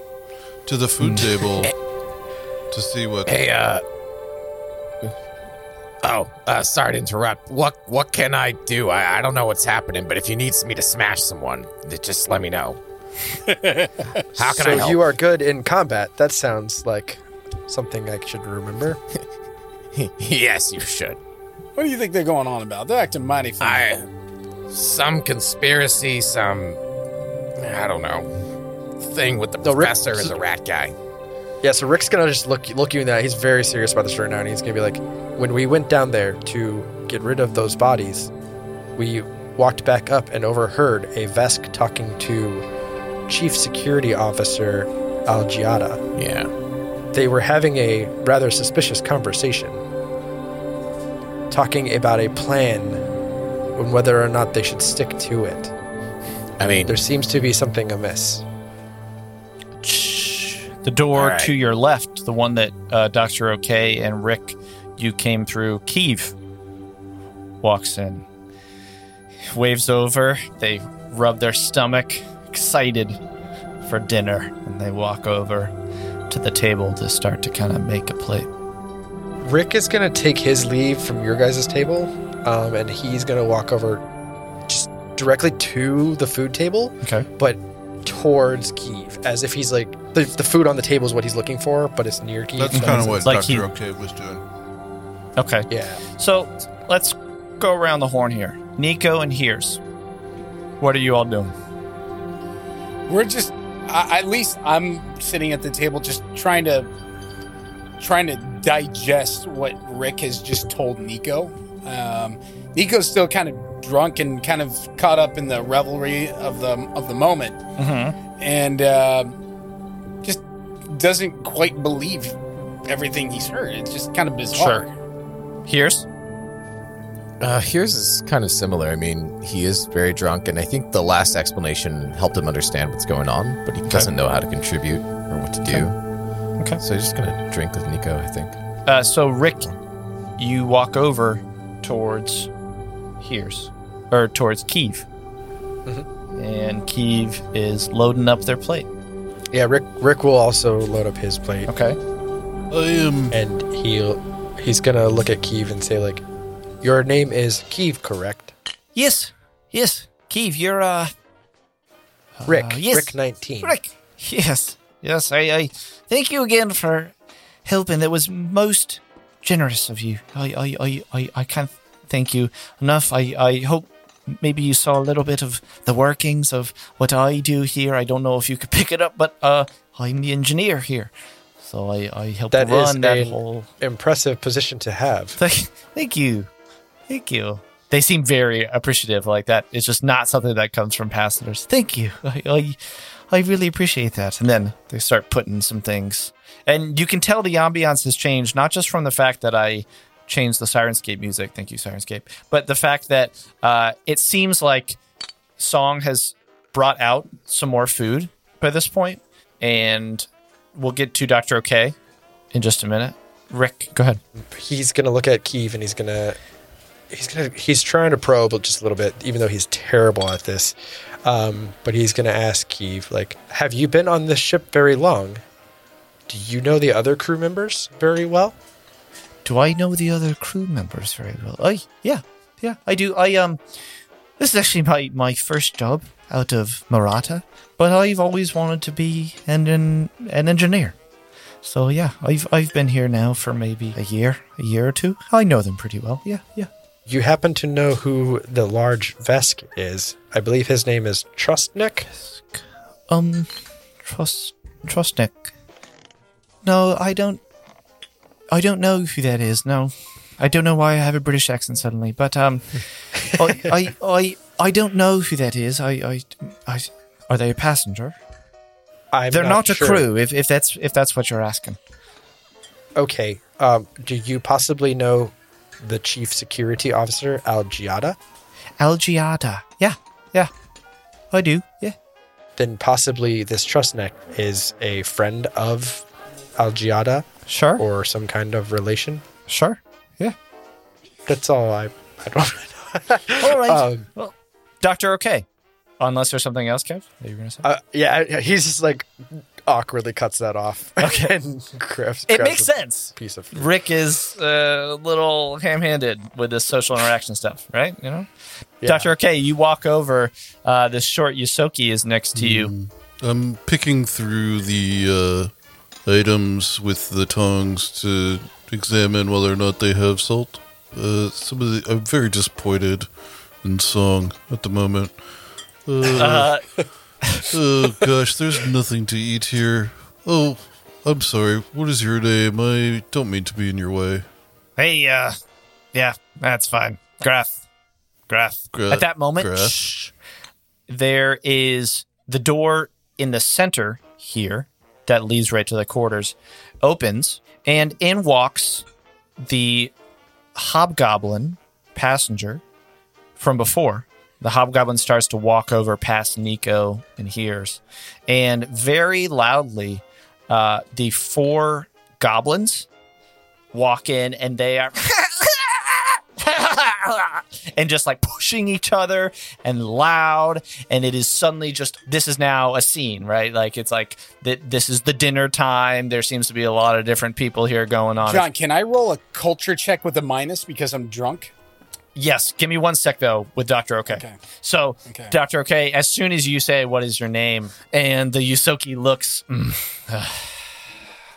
Speaker 3: to the food table to see what.
Speaker 8: Hey, uh. Oh, uh, sorry to interrupt. What what can I do? I, I don't know what's happening, but if you need me to smash someone, th- just let me know. How can
Speaker 4: so
Speaker 8: I help?
Speaker 4: you are good in combat. That sounds like something I should remember.
Speaker 8: yes, you should.
Speaker 1: What do you think they're going on about? They're acting mighty funny.
Speaker 8: I some conspiracy, some I don't know thing with the
Speaker 4: The Rick-
Speaker 8: professor and the rat guy.
Speaker 4: Yeah, so Rick's gonna just look look you in the eye. He's very serious about this right now, and he's gonna be like, "When we went down there to get rid of those bodies, we walked back up and overheard a Vesk talking to Chief Security Officer Algiada.
Speaker 8: Yeah.
Speaker 4: They were having a rather suspicious conversation, talking about a plan and whether or not they should stick to it.
Speaker 8: I mean,
Speaker 4: There seems to be something amiss.
Speaker 2: The door
Speaker 8: All right.
Speaker 2: to your left, the one that uh, Dr. OK and Rick, you came through, Keeve walks in, waves over. They rub their stomach, excited for dinner, and they walk over to the table to start to kind of make a plate.
Speaker 4: Rick is gonna take his leave from your guys' table, um, and he's gonna walk over just directly to the food table,
Speaker 2: Okay.
Speaker 4: but towards Keeve, as if he's like the, the food on the table is what he's looking for, but it's near Keeve.
Speaker 3: That's
Speaker 4: so
Speaker 3: kind
Speaker 4: he's-
Speaker 3: of what
Speaker 2: like
Speaker 3: Dr.
Speaker 2: he-
Speaker 3: OK was doing.
Speaker 2: Okay.
Speaker 4: Yeah.
Speaker 2: So let's go around the horn here. Nico and Hears. What are you all doing?
Speaker 1: We're just, I, at least I'm sitting at the table just trying to, trying to digest what Rick has just told Nico. Um, Nico's still kind of drunk and kind of caught up in the revelry of the of the moment, and uh, just doesn't quite believe everything he's heard. It's just kind of bizarre.
Speaker 2: Hears?
Speaker 8: Uh, here's is kind of similar. I mean, he is very drunk, and I think the last explanation helped him understand what's going on, but he doesn't know how to contribute or what to do.
Speaker 2: Okay.
Speaker 8: So he's just gonna drink with Nico, I think.
Speaker 2: Uh, so Rick, you walk over towards Hears or towards Keeve, and Keeve is loading up their plate.
Speaker 4: Yeah, Rick Rick will also load up his plate
Speaker 2: Okay.
Speaker 3: I am.
Speaker 4: and he'll he's gonna look at Keeve and say like, Your name is Keeve, correct?
Speaker 2: Yes, yes, Keeve, you're uh,
Speaker 4: Rick.
Speaker 2: yes.
Speaker 4: Rick nineteen.
Speaker 2: Rick. Yes, yes. I, I thank you again for helping. That was most generous of you. I, I, I, I, I can't thank you enough. I, I hope maybe you saw a little bit of the workings of what I do here. I don't know if you could pick it up, but uh, I'm the engineer here, so I, I help
Speaker 4: That is
Speaker 2: run that
Speaker 4: an
Speaker 2: whole.
Speaker 4: impressive position to have.
Speaker 2: Thank, thank you, thank you. They seem very appreciative like that. It's just not something that comes from passengers. Thank you. I, I, I really appreciate that. And then they start putting some things, and you can tell the ambiance has changed, not just from the fact that I changed the Sirenscape music. Thank you, Sirenscape. But the fact that uh, it seems like Song has brought out some more food by this point, and we'll get to Doctor OK in just a minute. Rick, go ahead.
Speaker 4: he's gonna look at Keeve and he's gonna he's gonna he's trying to probe just a little bit, even though he's terrible at this. Um, but he's gonna ask Keeve, like, have you been on this ship very long? Do you know the other crew members very well?
Speaker 2: Do I know the other crew members very well? I yeah, yeah, I do. I um, this is actually my my first job out of Maratha, but I've always wanted to be an an, an engineer. So yeah, I've I've been here now for maybe a year, a year or two. I know them pretty well. Yeah, yeah.
Speaker 4: You happen to know who the large Vesk is. I believe his name is Trustnik.
Speaker 2: Um, trust Trustnik. No, I don't. I don't know who that is. No, I don't know why I have a British accent suddenly. But um, I, I I I don't know who that is. I I I. Are they a passenger?
Speaker 4: I'm
Speaker 2: They're not, a
Speaker 4: sure.
Speaker 2: crew, if, if that's if that's what you're asking.
Speaker 4: Okay. Um, do you possibly know the chief security officer, Al Giada?
Speaker 2: Algiada. Yeah, yeah. I do. Yeah.
Speaker 4: Then possibly this Trustneck is a friend of Al Giada
Speaker 2: Sure.
Speaker 4: or some kind of relation.
Speaker 2: sure. Yeah.
Speaker 4: That's all I, I don't
Speaker 2: All right.
Speaker 4: Um,
Speaker 2: well, Doctor, okay. Unless there's something else, Kev, that you're gonna say.
Speaker 4: Uh, yeah, I- yeah, he's just like awkwardly cuts that off.
Speaker 2: Okay.
Speaker 4: and grabs,
Speaker 2: it
Speaker 4: grabs
Speaker 2: makes
Speaker 4: a
Speaker 2: sense.
Speaker 4: Piece of fruit.
Speaker 2: Rick is uh, a little ham-handed with this social interaction stuff, right? You know,
Speaker 4: Yeah.
Speaker 2: Doctor. Okay, you walk over. Uh, this short Yusoki is next to you.
Speaker 3: I'm picking through the uh, items with the tongs to examine whether or not they have salt. Uh, some of the, I'm very disappointed in song at the moment.
Speaker 2: Uh,
Speaker 3: Oh gosh, there's nothing to eat here. Oh, I'm sorry. What is your name? I don't mean to be in your way.
Speaker 2: hey, uh, yeah, that's fine. Graph, Graph.
Speaker 3: Gra-
Speaker 2: At that moment,
Speaker 3: Graf.
Speaker 2: shh, there is the door in the center here that leads right to the quarters, opens, and in walks the hobgoblin passenger from before. The hobgoblin starts to walk over past Nico and hears, and very loudly, uh, the four goblins walk in and they are and just like pushing each other and loud and it is suddenly just this is now a scene right like it's like th- this is the dinner time there seems to be a lot of different people here going on
Speaker 1: John, can I roll a culture check with a minus because I'm drunk?
Speaker 2: yes give me one sec though with dr okay,
Speaker 1: Okay.
Speaker 2: so
Speaker 1: Okay.
Speaker 2: dr okay as soon as you say what is your name and the yusoki looks "Mm, ah,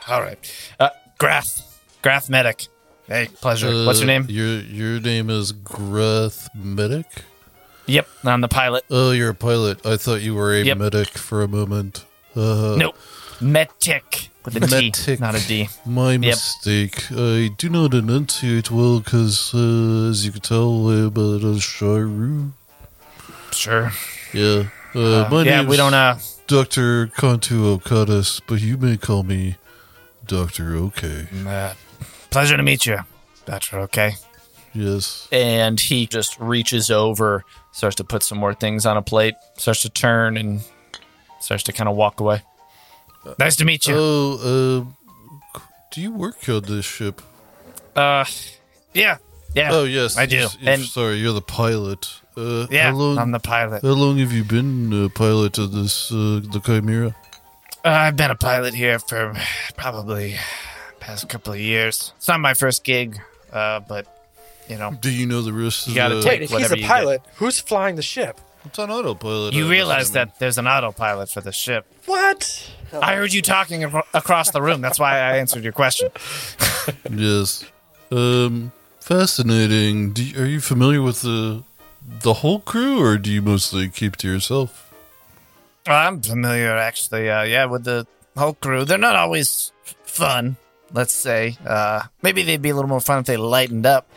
Speaker 2: all right uh, graf graf medic hey pleasure what's your
Speaker 3: Uh,
Speaker 2: name
Speaker 3: Your your name is Greth Medic.
Speaker 2: yep i'm the pilot
Speaker 3: Oh, you're a pilot. I thought you were a
Speaker 2: Yep.
Speaker 3: medic for a moment. Uh,
Speaker 2: Nope. Metic with a T,
Speaker 3: Metic.
Speaker 2: not a D.
Speaker 3: My mistake. I do not enunciate well because, uh, as you can tell, I'm a uh, Shiru.
Speaker 2: Sure.
Speaker 3: Yeah. Uh, my
Speaker 2: yeah, we
Speaker 3: name's
Speaker 2: don't. Uh,
Speaker 3: Dr. Kantu Okadas, but you may call me Dr. Okay.
Speaker 2: uh, pleasure to meet you, Doctor. Okay.
Speaker 3: Yes.
Speaker 2: And he just reaches over, starts to put some more things on a plate, starts to turn, and starts to kind of walk away. Nice to meet you.
Speaker 3: Oh, uh, do you work on this ship?
Speaker 2: Uh, yeah, yeah.
Speaker 3: Oh, yes.
Speaker 2: I do.
Speaker 3: Yes, yes,
Speaker 2: And-
Speaker 3: sorry, you're the pilot. Uh,
Speaker 2: yeah,
Speaker 3: how long,
Speaker 2: I'm the pilot. Uh,
Speaker 3: How long have you been a pilot of this, uh, the Chimera?
Speaker 2: Uh, I've been a pilot here for probably past couple of years. It's not my first gig, uh, but you know,
Speaker 3: Do you know the rest of
Speaker 2: gotta
Speaker 3: the...
Speaker 2: take-
Speaker 4: Wait, if he's
Speaker 2: whatever
Speaker 4: a
Speaker 2: you
Speaker 4: pilot, who's flying the ship?
Speaker 3: It's on autopilot.
Speaker 2: you
Speaker 3: I'm
Speaker 2: realize
Speaker 3: assuming.
Speaker 2: that there's an autopilot for the ship.
Speaker 4: What?
Speaker 2: I heard you talking acro- across the room. That's why I answered your question.
Speaker 3: Yes. Um, fascinating. Do you, are you familiar with the the whole crew, or do you mostly keep to yourself?
Speaker 2: I'm familiar, actually. Uh, yeah, with the whole crew. They're not always f- fun. Let's say uh, maybe they'd be a little more fun if they lightened up.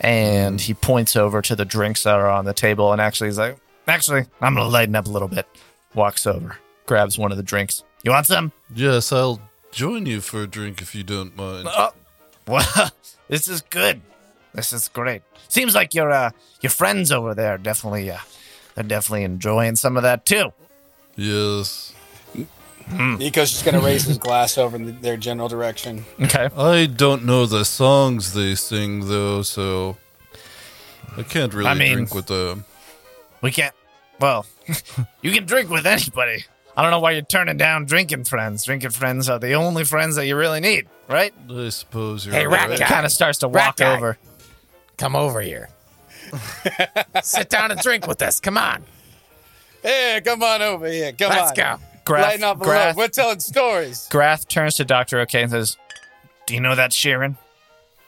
Speaker 2: And he points over to the drinks that are on the table, and actually, he's like, "Actually, I'm gonna lighten up a little bit." Walks over, grabs one of the drinks. You want some?
Speaker 3: Yes, I'll join you for a drink if you don't mind.
Speaker 2: Oh, well, this is good. This is great. Seems like your uh, your friends over there definitely uh, they're definitely enjoying some of that too.
Speaker 3: Yes.
Speaker 1: Nico's just going to raise his glass over in their general direction.
Speaker 2: Okay.
Speaker 3: I don't know the songs they sing though, so I can't really
Speaker 2: I mean-
Speaker 3: drink with them.
Speaker 2: We can't. Well, you can drink with anybody. I don't know why you're turning down drinking friends. Drinking friends are the only friends that you really need, right?
Speaker 3: I suppose you're
Speaker 9: Hey, Rat
Speaker 3: right.
Speaker 9: Guy.
Speaker 2: Kind of starts to
Speaker 9: Rat
Speaker 2: walk
Speaker 9: guy.
Speaker 2: over.
Speaker 9: Come over here. Sit down and drink with us. Come on.
Speaker 1: Hey, come on over here. Come
Speaker 9: Let's
Speaker 1: on.
Speaker 9: go.
Speaker 1: Lighten up a
Speaker 2: Grath,
Speaker 1: little. We're telling stories.
Speaker 2: Grath turns to Doctor Okay and says, "Do you know that Sharon?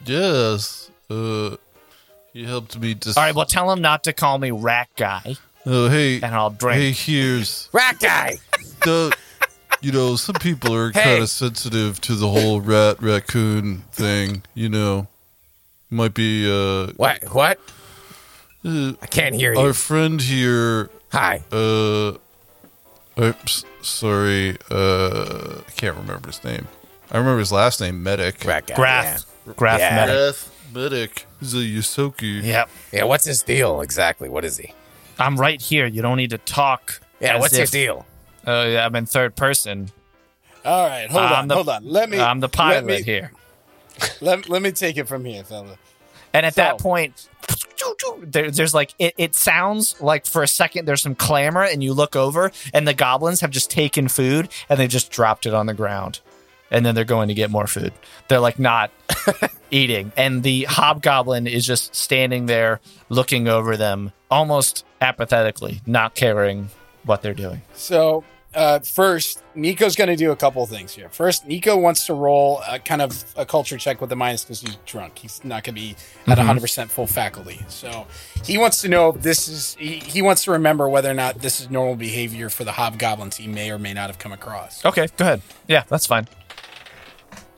Speaker 3: Yes. Uh, he helped me. Dis-
Speaker 2: All right. Well, tell him not to call me Rat Guy,
Speaker 3: Oh, hey.
Speaker 2: and I'll drink.
Speaker 3: Hey, here's.
Speaker 9: Rat guy.
Speaker 3: the, you know, some people are kind of sensitive to the whole rat raccoon thing. You know, might be uh,
Speaker 9: What? What?
Speaker 3: uh,
Speaker 2: Oh.
Speaker 9: I can't hear you.
Speaker 3: our friend here.
Speaker 9: Hi.
Speaker 3: Uh, I Oops, sorry. Uh, I can't remember his name. I remember his last name, Medic.
Speaker 2: Graph. Graph
Speaker 8: Yeah.
Speaker 2: medic.
Speaker 3: Death Medic. He's a Yosoki.
Speaker 2: Yep.
Speaker 8: Yeah, what's his deal exactly? What is he?
Speaker 2: I'm right here. You don't need to talk.
Speaker 8: Yeah,
Speaker 2: as
Speaker 8: what's
Speaker 2: if-
Speaker 8: his deal?
Speaker 2: Oh, yeah, I'm in third person.
Speaker 1: All right, hold
Speaker 2: I'm
Speaker 1: on,
Speaker 2: the-
Speaker 1: hold on. Let me.
Speaker 2: I'm the
Speaker 1: let
Speaker 2: pilot
Speaker 1: me-
Speaker 2: here.
Speaker 1: Let, let me take it from here, fella.
Speaker 2: And at that
Speaker 1: So-
Speaker 2: point, there, there's like it, it sounds like for a second there's some clamor, and you look over, and the goblins have just taken food and they just dropped it on the ground, and then they're going to get more food. They're like not eating, and the hobgoblin is just standing there looking over them, almost apathetically, not caring what they're doing.
Speaker 1: So uh, first, Nico's going to do a couple things here. First, Nico wants to roll a kind of a culture check with the minus because he's drunk. He's not going to be at 100 percent full faculty. So he wants to know if this is. He, he wants to remember whether or not this is normal behavior for the hobgoblins he may or may not have come across.
Speaker 2: Okay, go ahead. Yeah, that's fine.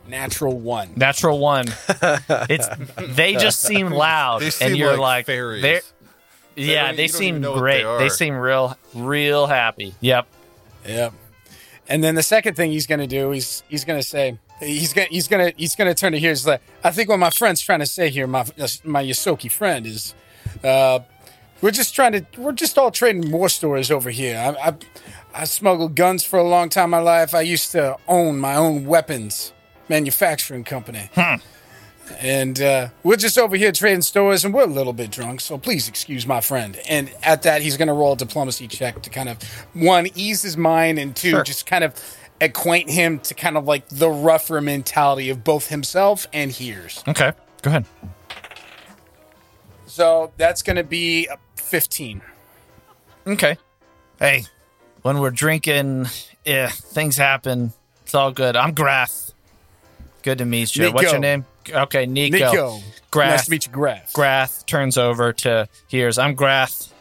Speaker 1: Natural one.
Speaker 2: Natural one. It's they just seem loud,
Speaker 3: They
Speaker 2: and
Speaker 3: seem
Speaker 2: you're
Speaker 3: like
Speaker 2: like,
Speaker 3: fairies.
Speaker 2: they're- yeah,
Speaker 3: don't-
Speaker 2: they
Speaker 3: you don't even
Speaker 2: seem
Speaker 3: know what
Speaker 2: great.
Speaker 3: they
Speaker 2: They,
Speaker 3: are.
Speaker 2: seem real, real happy. Yep.
Speaker 1: Yep. And then the second thing he's going to do is he's going to say he's going to he's going to he's going to turn to here. He's like, I think what my friend's trying to say here, my my Yosoki friend is, uh, we're just trying to we're just all trading war stories over here. I, I I smuggled guns for a long time in my life. I used to own my own weapons manufacturing company. And uh, we're just over here trading stories, and we're a little bit drunk, so please excuse my friend. And at that, he's going to roll a diplomacy check to kind of one ease his mind, and two just kind of acquaint him to kind of like the rougher mentality of both himself and hears.
Speaker 2: Okay. Go ahead.
Speaker 1: So that's going to be a fifteen.
Speaker 2: Okay. Hey, when we're drinking, yeah, things happen. It's all good. I'm Grath. Good to meet you. What's
Speaker 1: Nico.
Speaker 2: your name? Okay, Nico.
Speaker 1: Nico,
Speaker 2: Grath.
Speaker 1: nice to meet you, Grath.
Speaker 2: Grath turns over to here's. I'm Grath.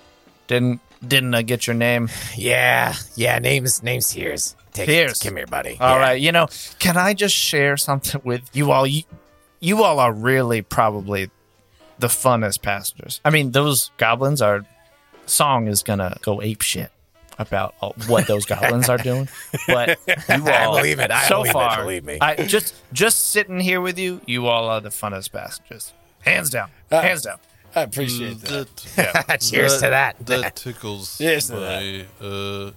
Speaker 2: Didn't didn't I get your name?
Speaker 8: Yeah, yeah, name's name's Hears. Take
Speaker 2: Hears.
Speaker 8: It. Come here, buddy.
Speaker 2: All right,
Speaker 8: Yeah.
Speaker 2: You know, can I just share something with you all? You, you all are really probably the funnest passengers. I mean, those goblins are. Song is gonna go ape shit about all, what those goblins are doing, but you
Speaker 8: I
Speaker 2: all,
Speaker 8: believe it. I
Speaker 2: so
Speaker 8: believe it,
Speaker 2: far,
Speaker 8: believe me.
Speaker 2: I just just sitting here with you, you all are the funnest passengers, hands down, hands down.
Speaker 1: I
Speaker 3: Mm,
Speaker 1: appreciate that.
Speaker 8: Cheers to that.
Speaker 3: That tickles
Speaker 1: Cheers to
Speaker 3: my uh,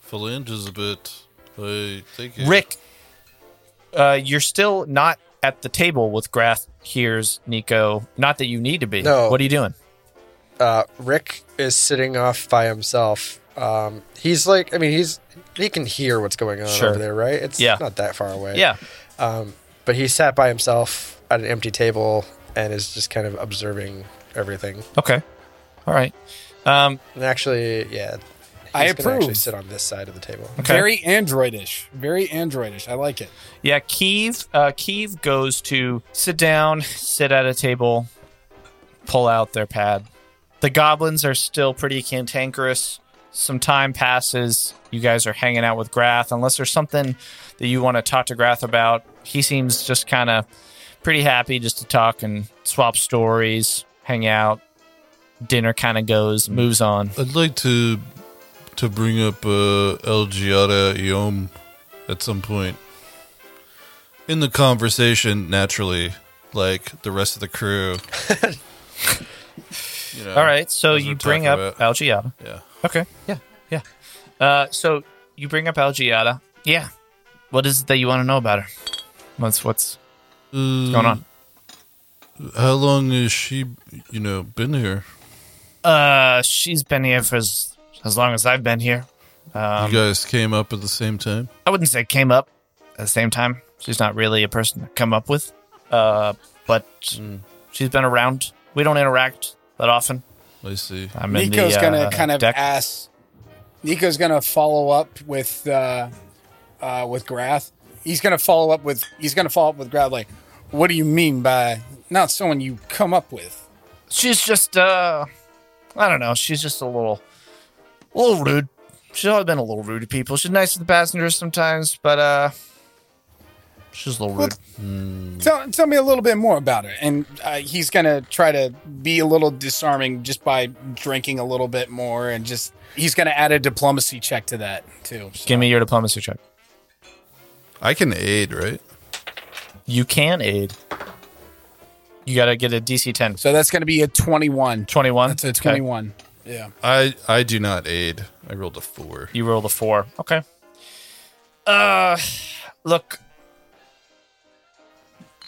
Speaker 3: phalanges a bit. I think it-
Speaker 2: Rick, uh, you're still not at the table with Grath. Here's Nico. Not that you need to be.
Speaker 4: No.
Speaker 2: What are you doing?
Speaker 4: Uh, Rick is sitting off by himself. Um, he's like, I mean, he's he can hear what's going on
Speaker 2: Sure.
Speaker 4: over there, right? It's
Speaker 2: Yeah.
Speaker 4: not that far away.
Speaker 2: Yeah.
Speaker 4: But he sat by himself at an empty table and is just kind of observing everything.
Speaker 2: Okay. All right. Um,
Speaker 4: And actually, yeah, he's
Speaker 1: I
Speaker 4: gonna Actually,
Speaker 1: approve.
Speaker 4: sit on this side of the table.
Speaker 2: okay.
Speaker 1: Very androidish. Very androidish. I like it.
Speaker 2: yeah. Keeve. Uh, Keeve goes to sit down, sit at a table, pull out their pad. The goblins are still pretty cantankerous. Some time passes. You guys are hanging out with Grath. Unless there's something that you want to talk to Grath about, he seems just kind of pretty happy just to talk and swap stories, hang out. Dinner kind of goes, moves on.
Speaker 3: I'd like to to bring up uh, El Giada Iom at some point in the conversation. Naturally, like the rest of the crew. You know,
Speaker 2: All right. So
Speaker 3: as we're
Speaker 2: you bring
Speaker 3: talking
Speaker 2: up
Speaker 3: about-
Speaker 2: Algiata.
Speaker 3: yeah.
Speaker 2: Okay. Yeah. Yeah. Uh, so you bring up Algiata. Yeah. What is it that you want to know about her? What's what's
Speaker 3: Uh,
Speaker 2: going on?
Speaker 3: How long has she, you know, been here?
Speaker 2: Uh, she's been here for as, as long as I've been here. Um,
Speaker 3: you guys came up at the same time.
Speaker 2: I wouldn't say came up at the same time. She's not really a person to come up with. Uh, but she's been around. We don't interact that often.
Speaker 3: I see.
Speaker 2: I'm in
Speaker 1: Nico's
Speaker 2: the,
Speaker 1: gonna
Speaker 2: uh,
Speaker 1: kind of
Speaker 2: deck.
Speaker 1: ask. Nico's gonna follow up with uh, uh, with Grath. He's gonna follow up with. He's gonna follow up with Grath. Like, what do you mean by not someone you come up with?
Speaker 2: she's just uh I don't know, she's just a little a little rude. She's always been a little rude to people. She's nice to the passengers sometimes, but uh She's a little rude.
Speaker 1: Tell, tell me a little bit more about it. And uh, he's going to try to be a little disarming just by drinking a little bit more. And just, he's going to add a diplomacy check to that, too. So-
Speaker 2: Give me your diplomacy check.
Speaker 3: I can aid, right?
Speaker 2: You can aid. You got to get a DC 10.
Speaker 1: So that's going to be a 21.
Speaker 2: 21.
Speaker 1: That's a
Speaker 2: Okay.
Speaker 1: 21. Yeah.
Speaker 3: I I do not aid. I rolled a four.
Speaker 2: You rolled a four. Okay. Uh, look,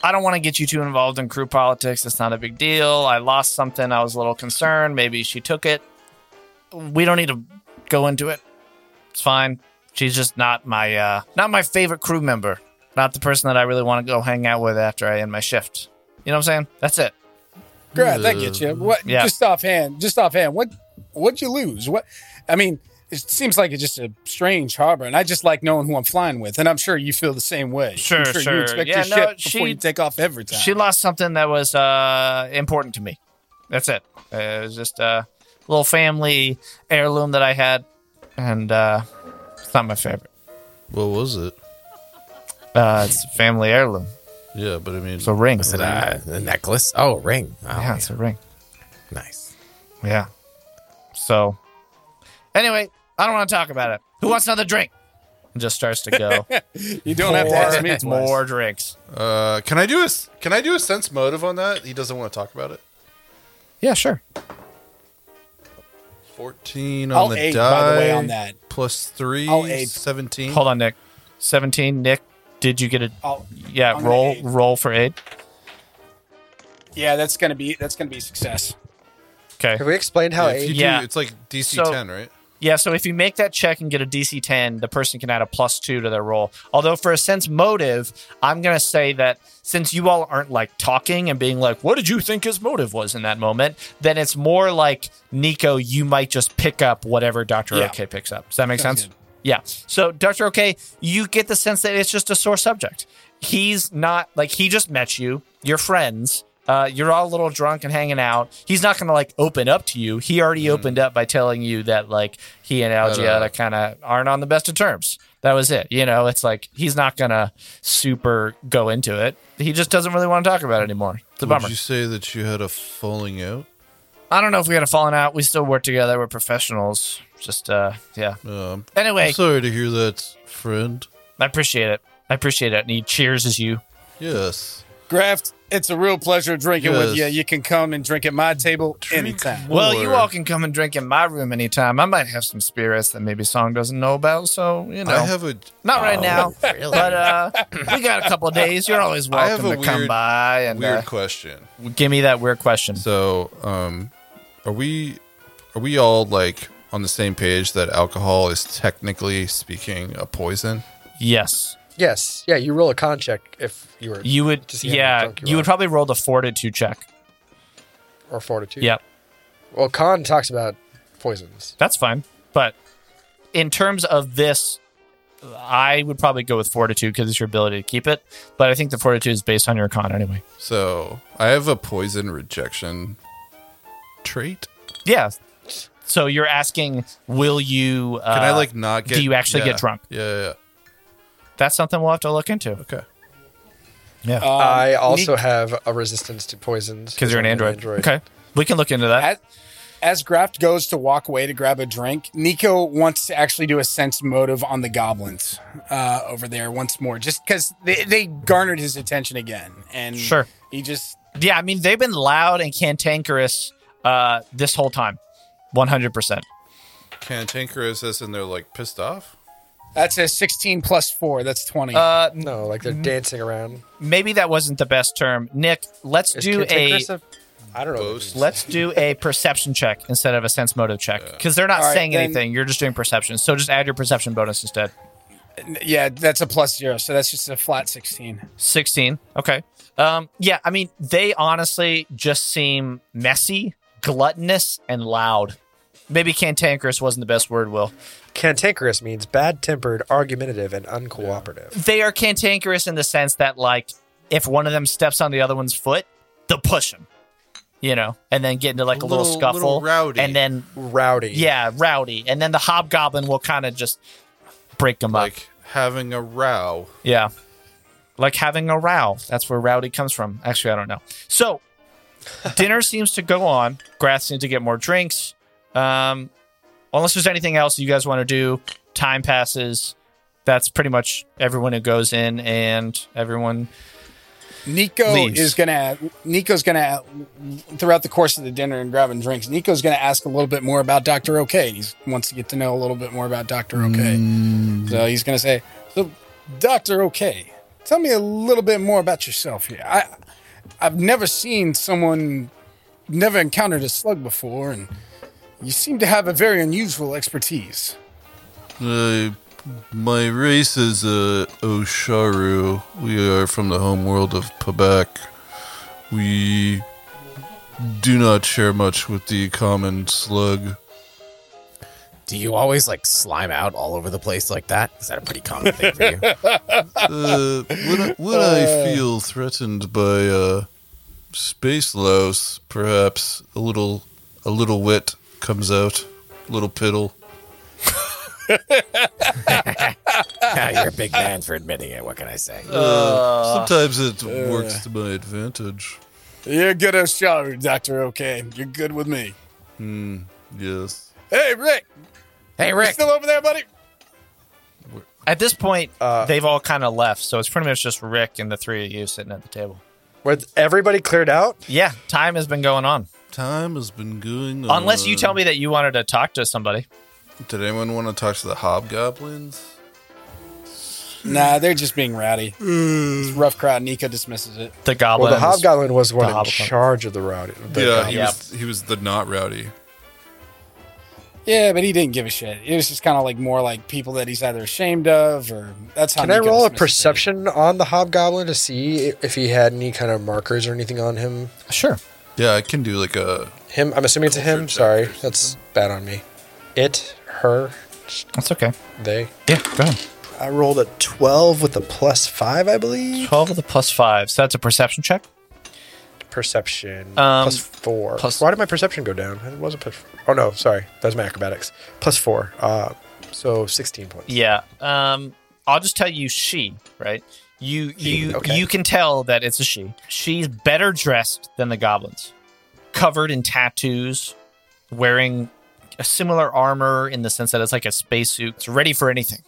Speaker 2: I don't want to get you too involved in crew politics. It's not a big deal. I lost something. I was a little concerned. Maybe she took it. We don't need to go into it. It's fine. She's just not my uh, not my favorite crew member. Not the person that I really want to go hang out with after I end my shift. You know what I'm saying? That's it.
Speaker 1: Great. That gets you. What,
Speaker 2: Yeah.
Speaker 1: Just offhand, just offhand, what, what'd you lose? What, I mean, it seems like it's just a strange harbor. And I just like knowing who I'm flying with. And I'm sure you feel the same way. I'm
Speaker 2: Sure, sure.
Speaker 1: You expect
Speaker 2: Yeah,
Speaker 1: your
Speaker 2: no,
Speaker 1: ship before
Speaker 2: she-
Speaker 1: you take off every time.
Speaker 2: She lost something that was uh, important to me. That's it. Uh, it was just a little family heirloom that I had, and uh, it's not my favorite.
Speaker 3: What was it?
Speaker 2: Uh, it's a family heirloom.
Speaker 3: Yeah, but I mean,
Speaker 2: It's a ring.
Speaker 8: Was it a, a necklace? Oh, a ring. Oh,
Speaker 2: yeah, it's a ring.
Speaker 8: nice.
Speaker 2: Yeah. So, anyway, I don't want to talk about it. Who wants another drink? And just starts to go.
Speaker 1: you don't have to ask me. twice.
Speaker 2: more drinks.
Speaker 3: uh, can I do a s- can I do a sense motive on that? He doesn't want to talk about it.
Speaker 8: Yeah, sure.
Speaker 3: Fourteen on
Speaker 1: I'll
Speaker 3: the
Speaker 1: aid,
Speaker 3: die.
Speaker 1: by the way, on that.
Speaker 3: plus three.
Speaker 1: I'll aid.
Speaker 3: 17.
Speaker 2: Hold on, Nick. Seventeen. Nick, did you get a?
Speaker 1: I'll,
Speaker 2: Yeah,
Speaker 1: I'm
Speaker 2: roll
Speaker 1: an eight.
Speaker 2: roll for aid.
Speaker 1: yeah, that's gonna be that's gonna be a success.
Speaker 2: Okay.
Speaker 4: Have we explained how
Speaker 3: Yeah, if you
Speaker 4: age?
Speaker 3: do-
Speaker 2: Yeah.
Speaker 3: it's like DC
Speaker 2: So-
Speaker 3: 10, right?
Speaker 2: Yeah, so if you make that check and get a DC 10, the person can add a plus two to their roll. Although, for a sense motive, I'm going to say that since you all aren't like talking and being like, what did you think his motive was in that moment, then it's more like, Nico, you might just pick up whatever Dr.
Speaker 1: Yeah.
Speaker 2: OK picks up. Does that make
Speaker 1: Sounds
Speaker 2: sense?
Speaker 1: good.
Speaker 2: Yeah. So, Dr. OK, you get the sense that it's just a sore subject. He's not like, he just met you, you're friends. Uh, you're all a little drunk and hanging out. He's not going to like open up to you. He already
Speaker 3: Mm-hmm.
Speaker 2: opened up by telling you that like he and
Speaker 3: Uh-huh.
Speaker 2: Algiata kind of aren't on the best of terms. That was it. You know, it's like he's not going to super go into it. He just doesn't really want to talk about it anymore. It's a bummer.
Speaker 3: Would you say that you had a falling out?
Speaker 2: I don't know if we had a falling out. We still work together. We're professionals. Just, uh, yeah.
Speaker 3: Um,
Speaker 2: Anyway,
Speaker 3: I'm sorry to hear that, friend.
Speaker 2: I appreciate it. I appreciate it. And he cheers as you.
Speaker 3: Yes.
Speaker 1: Graft, it's a real pleasure drinking with you.
Speaker 3: Yes.
Speaker 1: You can come and drink at my table anytime.
Speaker 2: Well, you
Speaker 3: Or-
Speaker 2: all can come and drink in my room anytime. I might have some spirits that maybe Song doesn't know about. So, you know.
Speaker 3: I have a
Speaker 2: Not right
Speaker 8: Oh,
Speaker 2: now,
Speaker 8: really?
Speaker 2: but uh, we got a couple of days. You're always
Speaker 3: I have
Speaker 2: welcome to
Speaker 3: a
Speaker 2: come
Speaker 3: weird-
Speaker 2: by and
Speaker 3: weird
Speaker 2: uh,
Speaker 3: question.
Speaker 2: give me that weird question.
Speaker 3: So, um, are we are we all like on the same page that alcohol is technically speaking a poison?
Speaker 2: Yes,
Speaker 4: Yes. Yeah, you roll a con check if you were
Speaker 2: you would.
Speaker 4: To see how
Speaker 2: yeah,
Speaker 4: drunk you
Speaker 2: you would
Speaker 4: are.
Speaker 2: probably roll the fortitude check.
Speaker 4: or fortitude.
Speaker 2: Yeah,
Speaker 4: Well, con talks about poisons.
Speaker 2: that's fine. But in terms of this, I would probably go with fortitude because it's your ability to keep it. But I think the fortitude is based on your con anyway.
Speaker 3: So, I have a poison rejection trait.
Speaker 2: Yeah. So you're asking, will you? Uh,
Speaker 3: Can I like not get?
Speaker 2: do you actually
Speaker 3: yeah.
Speaker 2: get drunk?
Speaker 3: Yeah, yeah,
Speaker 2: That's something we'll have to look into.
Speaker 3: yeah. Okay.
Speaker 2: Yeah,
Speaker 1: Um,
Speaker 4: I also have a resistance to poisons
Speaker 2: because you're an
Speaker 4: I'm
Speaker 2: android. Okay, we can look into that.
Speaker 1: As, as Graft goes to walk away to grab a drink, Nico wants to actually do a sense motive on the goblins uh, over there once more, just because they, they garnered his attention again. And
Speaker 2: Sure.
Speaker 1: he just
Speaker 2: Yeah, I mean they've been loud and cantankerous uh, this whole time, one hundred percent.
Speaker 3: Cantankerous as in they're like pissed off.
Speaker 1: that's a sixteen plus four. That's twenty.
Speaker 4: No, like
Speaker 1: Mm-hmm.
Speaker 4: they're dancing around.
Speaker 2: Maybe that wasn't the best term, Nick. Let's
Speaker 4: Is
Speaker 2: do a
Speaker 4: cantankerous a- I don't know.
Speaker 3: Boast.
Speaker 2: let's do a perception check instead of a sense motive check because they're not
Speaker 1: All right,
Speaker 2: saying
Speaker 1: then-
Speaker 2: anything. You're just doing perception, so just add your perception bonus instead.
Speaker 1: yeah, that's a plus zero. So that's just a flat sixteen.
Speaker 2: 16. Okay. Um, yeah, I mean, they honestly just seem messy, gluttonous, and loud. Maybe cantankerous wasn't the best word, Will.
Speaker 4: Cantankerous means bad tempered, argumentative, and uncooperative.
Speaker 2: They are cantankerous in the sense that, like, if one of them steps on the other one's foot, they'll push him, you know, and then get into like a,
Speaker 3: A
Speaker 2: little,
Speaker 3: little-
Speaker 2: scuffle.
Speaker 3: little rowdy.
Speaker 2: And then,
Speaker 4: Rowdy.
Speaker 2: yeah, rowdy. And then the hobgoblin will kind of just break them
Speaker 3: Like having a row.
Speaker 2: up. Yeah. like having a row. That's where rowdy comes from. Actually, I don't know. So dinner seems to go on. Grass seems to get more drinks. Um, unless there's anything else you guys want to do, time passes. That's pretty much everyone who goes in and everyone.
Speaker 1: Nico
Speaker 2: Leaves.
Speaker 1: is gonna. Nico's gonna throughout the course of the dinner and grabbing drinks. Nico's gonna ask a little bit more about Doctor OK. He wants to get to know a little bit more about Doctor OK. So he's gonna say, "So, Doctor OK, tell me a little bit more about yourself here. I, I've never seen someone, never encountered a slug before, and you seem to have a very unusual expertise."
Speaker 3: Uh, my race is uh, Osharu. We are from the homeworld of Pabak. We do not share much with the common slug.
Speaker 8: Do you always like slime out all over the place like that? Is that a pretty common thing for you?
Speaker 3: Uh, when I, when
Speaker 2: Uh.
Speaker 3: I feel threatened by uh, space louse, perhaps a little a little wit comes out, little piddle.
Speaker 8: You're a big man for admitting it. What can I say?
Speaker 3: Uh,
Speaker 2: Ah,
Speaker 3: Sometimes it works to my advantage.
Speaker 1: You're good, Osharu, Doctor OK. You're good with me.
Speaker 3: Yes.
Speaker 1: Hey, Rick,
Speaker 8: Hey, Rick.
Speaker 1: still over there, buddy?
Speaker 2: At this point, uh,
Speaker 4: Uh,
Speaker 2: they've all kind of left, so it's pretty much just Rick and the three of you sitting at the table.
Speaker 4: With everybody cleared out,
Speaker 2: Yeah, time has been going on.
Speaker 3: Time has been going on.
Speaker 2: Unless you tell me that you wanted to talk to somebody.
Speaker 3: Did anyone want to talk to the hobgoblins?
Speaker 1: Nah, they're just being rowdy. it's a rough crowd. Nico dismisses it.
Speaker 2: The goblin.
Speaker 4: well, the hobgoblin was the one
Speaker 2: the
Speaker 4: in
Speaker 2: hobgoblin.
Speaker 4: charge of the route. the-
Speaker 3: yeah, he
Speaker 2: yeah.
Speaker 3: was he was the not rowdy.
Speaker 1: Yeah, but he didn't give a shit. It was just kind of like more like people that he's either ashamed of or that's how.
Speaker 4: Can I
Speaker 1: Nico
Speaker 4: roll a
Speaker 1: dismisses it.
Speaker 4: perception on the hobgoblin to see i- if he had any kind of markers or anything on him?
Speaker 2: Sure.
Speaker 3: Yeah, I can do like a
Speaker 4: Him, I'm assuming it's a him.
Speaker 3: check
Speaker 4: Sorry, that's bad on me. It, her,
Speaker 2: That's okay.
Speaker 4: they.
Speaker 2: Yeah, go ahead.
Speaker 4: I rolled a 12 with a plus 5, I believe.
Speaker 2: 12 with a plus 5. So that's a perception check.
Speaker 4: Perception.
Speaker 2: Um,
Speaker 4: plus 4.
Speaker 2: plus-
Speaker 4: Why did my perception go down? It was a plus. Oh, no, sorry. That was my acrobatics. Plus 4. Uh, so 16 points.
Speaker 2: Yeah. Um, I'll just tell you she, right? You you
Speaker 4: okay.
Speaker 2: you can tell that it's a she. She's better dressed than the goblins. Covered in tattoos, wearing a similar armor in the sense that it's like a spacesuit. It's ready for anything.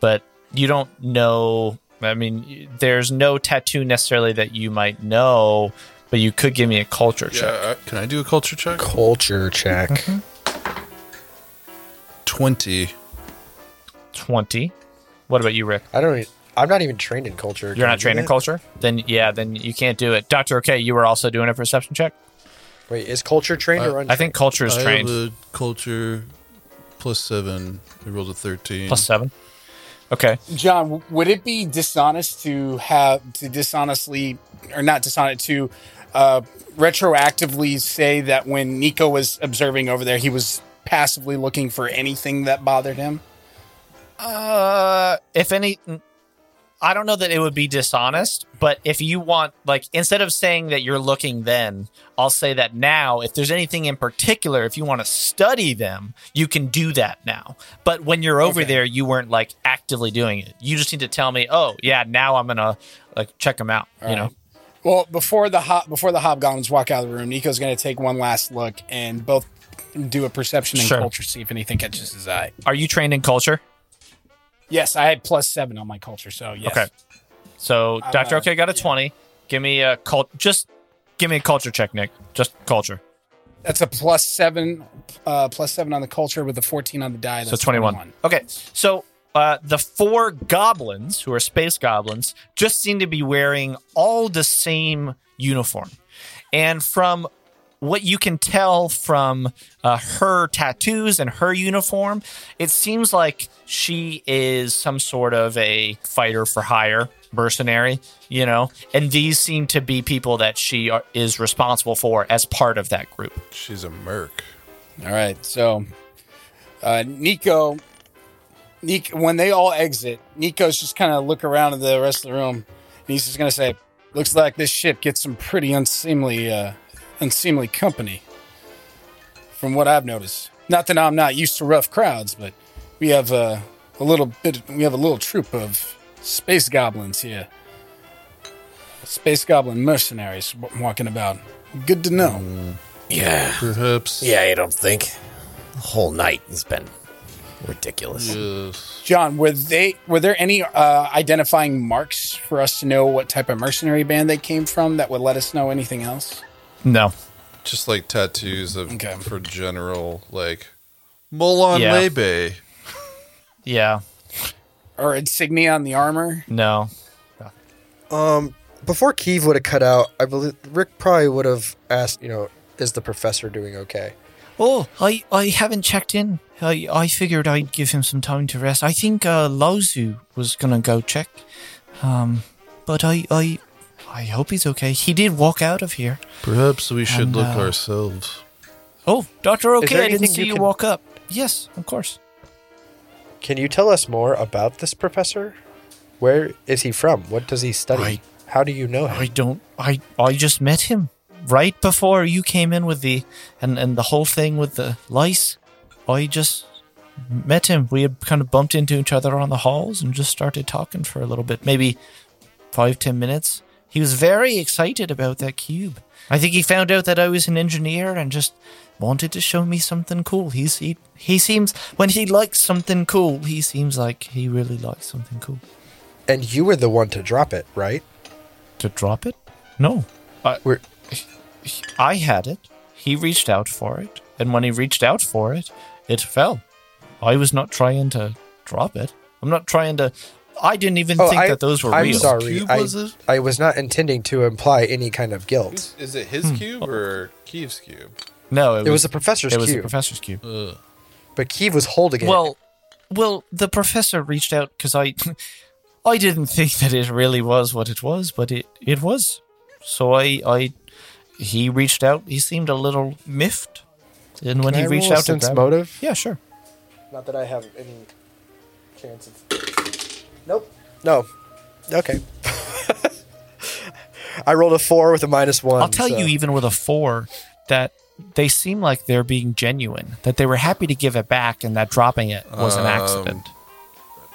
Speaker 2: But you don't know I mean, there's no tattoo necessarily that you might know, but you could give me a culture check.
Speaker 3: yeah. I, can I do a culture check?
Speaker 4: Culture check.
Speaker 3: Twenty.
Speaker 2: 20. What about you, Rick?
Speaker 4: I don't. e- I'm not even trained in culture.
Speaker 2: You're
Speaker 4: Can I
Speaker 2: not
Speaker 4: do
Speaker 2: trained in
Speaker 4: that?
Speaker 2: culture? Then yeah, then you can't do it. Doctor Okay, you were also doing a perception check?
Speaker 4: Wait, is culture trained or untrained?
Speaker 2: Uh, I think culture is
Speaker 3: I
Speaker 2: trained.
Speaker 3: have a culture plus seven. I rolled a thirteen.
Speaker 2: Plus seven. Okay.
Speaker 1: John, w- would it be dishonest to have to dishonestly or not dishonest to uh, retroactively say that when Nico was observing over there, he was passively looking for anything that bothered him?
Speaker 2: Uh, if any, I don't know that it would be dishonest, but if you want, like, instead of saying that you're looking then, I'll say that now, if there's anything in particular, if you want to study them, you can do that now. But when you're over there, you weren't like actively doing it. You just need to tell me, oh, yeah, now I'm going to like check them out, you know?
Speaker 1: Well, before the hop, before the hobgoblins walk out of the room, Nico's going to take one last look and both do a perception and
Speaker 2: Sure.
Speaker 1: culture, see if anything catches his eye.
Speaker 2: Are you trained in culture?
Speaker 1: Yes, I had plus seven on my culture, so yes.
Speaker 2: Okay. So Doctor
Speaker 1: uh,
Speaker 2: OK got a twenty. Give me a cult. Just give me a culture check, Nick. Just culture.
Speaker 1: That's a plus seven, uh, plus seven on the culture with a fourteen on the die.
Speaker 2: So
Speaker 1: That's
Speaker 2: twenty-one. Okay. So uh, the four goblins who are space goblins just seem to be wearing all the same uniform, and from what you can tell from uh, her tattoos and her uniform, it seems like she is some sort of a fighter for hire mercenary, you know? And these seem to be people that she are, is responsible for as part of that group.
Speaker 3: She's a merc.
Speaker 1: All right. So, uh, Nico, Nico, when they all exit, Nico's just kind of look around at the rest of the room, and he's just gonna say, "Looks like this ship gets some pretty unseemly, uh, unseemly company." From what I've noticed, not that I'm not used to rough crowds, but we have uh, a little bit. We have a little troop of space goblins here. Space goblin mercenaries w- walking about. Good to know.
Speaker 9: Yeah.
Speaker 3: Perhaps.
Speaker 9: Yeah, I don't think. The whole night has been ridiculous.
Speaker 3: Yes.
Speaker 1: John, were they were there any uh, identifying marks for us to know what type of mercenary band they came from that would let us know anything else?
Speaker 2: No.
Speaker 3: Just like tattoos of
Speaker 1: Okay.
Speaker 3: for general like Molon
Speaker 2: Yeah.
Speaker 3: Lebe.
Speaker 2: Yeah.
Speaker 1: Or insignia on the armor?
Speaker 2: No.
Speaker 4: Um, before Keeve would have cut out, I believe Rick probably would have asked, you know, is the professor doing okay?
Speaker 2: Oh, I, I haven't checked in. I, I figured I'd give him some time to rest. I think uh, Lozu was gonna go check, um, but I, I I hope he's okay. He did walk out of here.
Speaker 3: Perhaps we should
Speaker 2: And,
Speaker 3: look
Speaker 2: uh,
Speaker 3: ourselves.
Speaker 2: Oh, Doctor
Speaker 4: Is there
Speaker 2: Okay, I didn't
Speaker 4: anything
Speaker 2: see
Speaker 4: you
Speaker 2: you,
Speaker 4: can-
Speaker 2: walk up. Yes, of course.
Speaker 4: Can you tell us more about this professor? Where is he from? What does he study?
Speaker 2: I-
Speaker 4: How do you know him?
Speaker 2: I don't. I I just met him right before you came in with the and and the whole thing with the lice. I just met him. We had kind of bumped into each other on the halls and just started talking for a little bit, maybe five ten minutes. He was very excited about that cube. I think he found out that I was an engineer and just wanted to show me something cool. He's he he seems when he likes something cool, he seems like he really likes something cool.
Speaker 4: and you were the one to drop it, right?
Speaker 2: To drop it? No.
Speaker 4: Were,
Speaker 2: I had it. He reached out for it. And when he reached out for it, it fell. I was not trying to drop it. I'm not trying to. I didn't even think that those were
Speaker 4: Oh, I'm
Speaker 2: real.
Speaker 4: sorry.
Speaker 3: Cube
Speaker 4: I,
Speaker 3: was it?
Speaker 4: I was not intending to imply any kind of guilt.
Speaker 3: Is it
Speaker 2: Hmm.
Speaker 3: his cube or Keeve's cube?
Speaker 2: No, it,
Speaker 4: It was
Speaker 2: was
Speaker 4: the professor's
Speaker 2: It was the
Speaker 4: cube,
Speaker 2: professor's cube.
Speaker 4: but Keeve was holding it.
Speaker 2: Well, well, the professor reached out because I, I didn't think that it really was what it was, but it it was. So I I, he reached out. He seemed a little miffed, and when
Speaker 4: Can
Speaker 2: he
Speaker 4: I
Speaker 2: reached
Speaker 4: roll a
Speaker 2: out to
Speaker 4: sense
Speaker 2: grab-
Speaker 4: motive?
Speaker 2: yeah, sure.
Speaker 4: Not that I have any chance of. Nope. No. Okay. I rolled a four with a minus one.
Speaker 2: I'll tell
Speaker 4: so-
Speaker 2: you, even with a four, that they seem like they're being genuine, that they were happy to give it back, and that dropping it was an accident.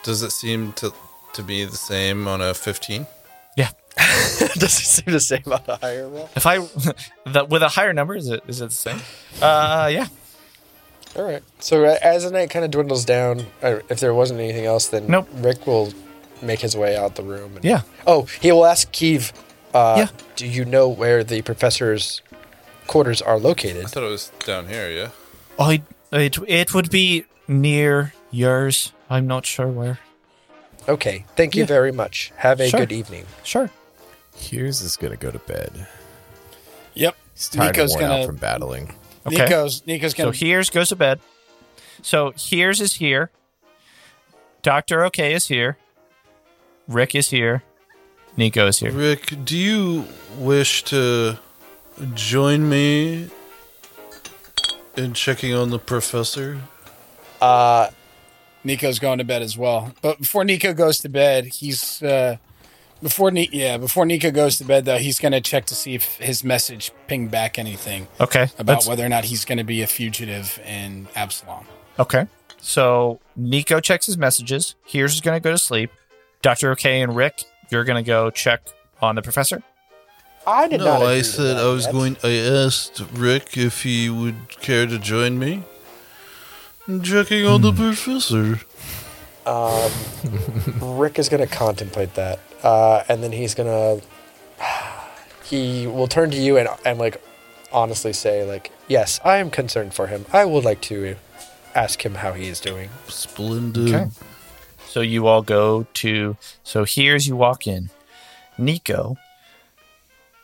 Speaker 3: Does it seem to to be the same on a 15?
Speaker 2: Yeah.
Speaker 4: Doesn't seem to say about a higher roll.
Speaker 2: If I that with a higher number, is it is it the same? Uh, yeah.
Speaker 4: All right. So uh, as the night kind of dwindles down, uh, if there wasn't anything else, then
Speaker 2: Nope.
Speaker 4: Rick will make his way out the room. and-
Speaker 2: Yeah.
Speaker 4: Oh, he will ask Keeve, uh,
Speaker 2: Yeah.
Speaker 4: do you know where the professor's quarters are located?
Speaker 3: I thought it was down here, yeah.
Speaker 2: I it it would be near yours. I'm not sure where.
Speaker 4: Okay. Thank you
Speaker 2: Yeah.
Speaker 4: very much. Have a
Speaker 2: Sure.
Speaker 4: good evening.
Speaker 2: Sure.
Speaker 8: Here's is gonna go to bed.
Speaker 1: Yep.
Speaker 8: He's tired
Speaker 1: Nico's
Speaker 8: and worn
Speaker 1: gonna
Speaker 8: out from battling.
Speaker 2: Okay.
Speaker 1: Nico's Nico's
Speaker 2: So
Speaker 1: gonna
Speaker 2: here's goes to bed. So here's is here. Doctor Okay is here. Rick is here. Nico is here.
Speaker 3: Rick, do you wish to join me in checking on the professor?
Speaker 1: Nico's going to bed as well. But before Nico goes to bed, he's uh, before Ni- yeah before Nico goes to bed though, he's going to check to see if his message pinged back anything
Speaker 2: Okay.
Speaker 1: about
Speaker 2: that's-
Speaker 1: whether or not he's going to be a fugitive in Absalom.
Speaker 2: Okay. So Nico checks his messages. Here's is going to go to sleep. Dr. OK and Rick, you're going to go check on the professor.
Speaker 4: I did
Speaker 3: No, I said I was going. I asked Rick if he would care to join me in checking on the professor.
Speaker 4: Rick is going to contemplate that, uh, and then he's going to. He will turn to you and and like, honestly say like, yes, I am concerned for him. I would like to ask him how he is doing.
Speaker 3: Splendid.
Speaker 2: Okay. So you all go to. So here's you walk in. Nico,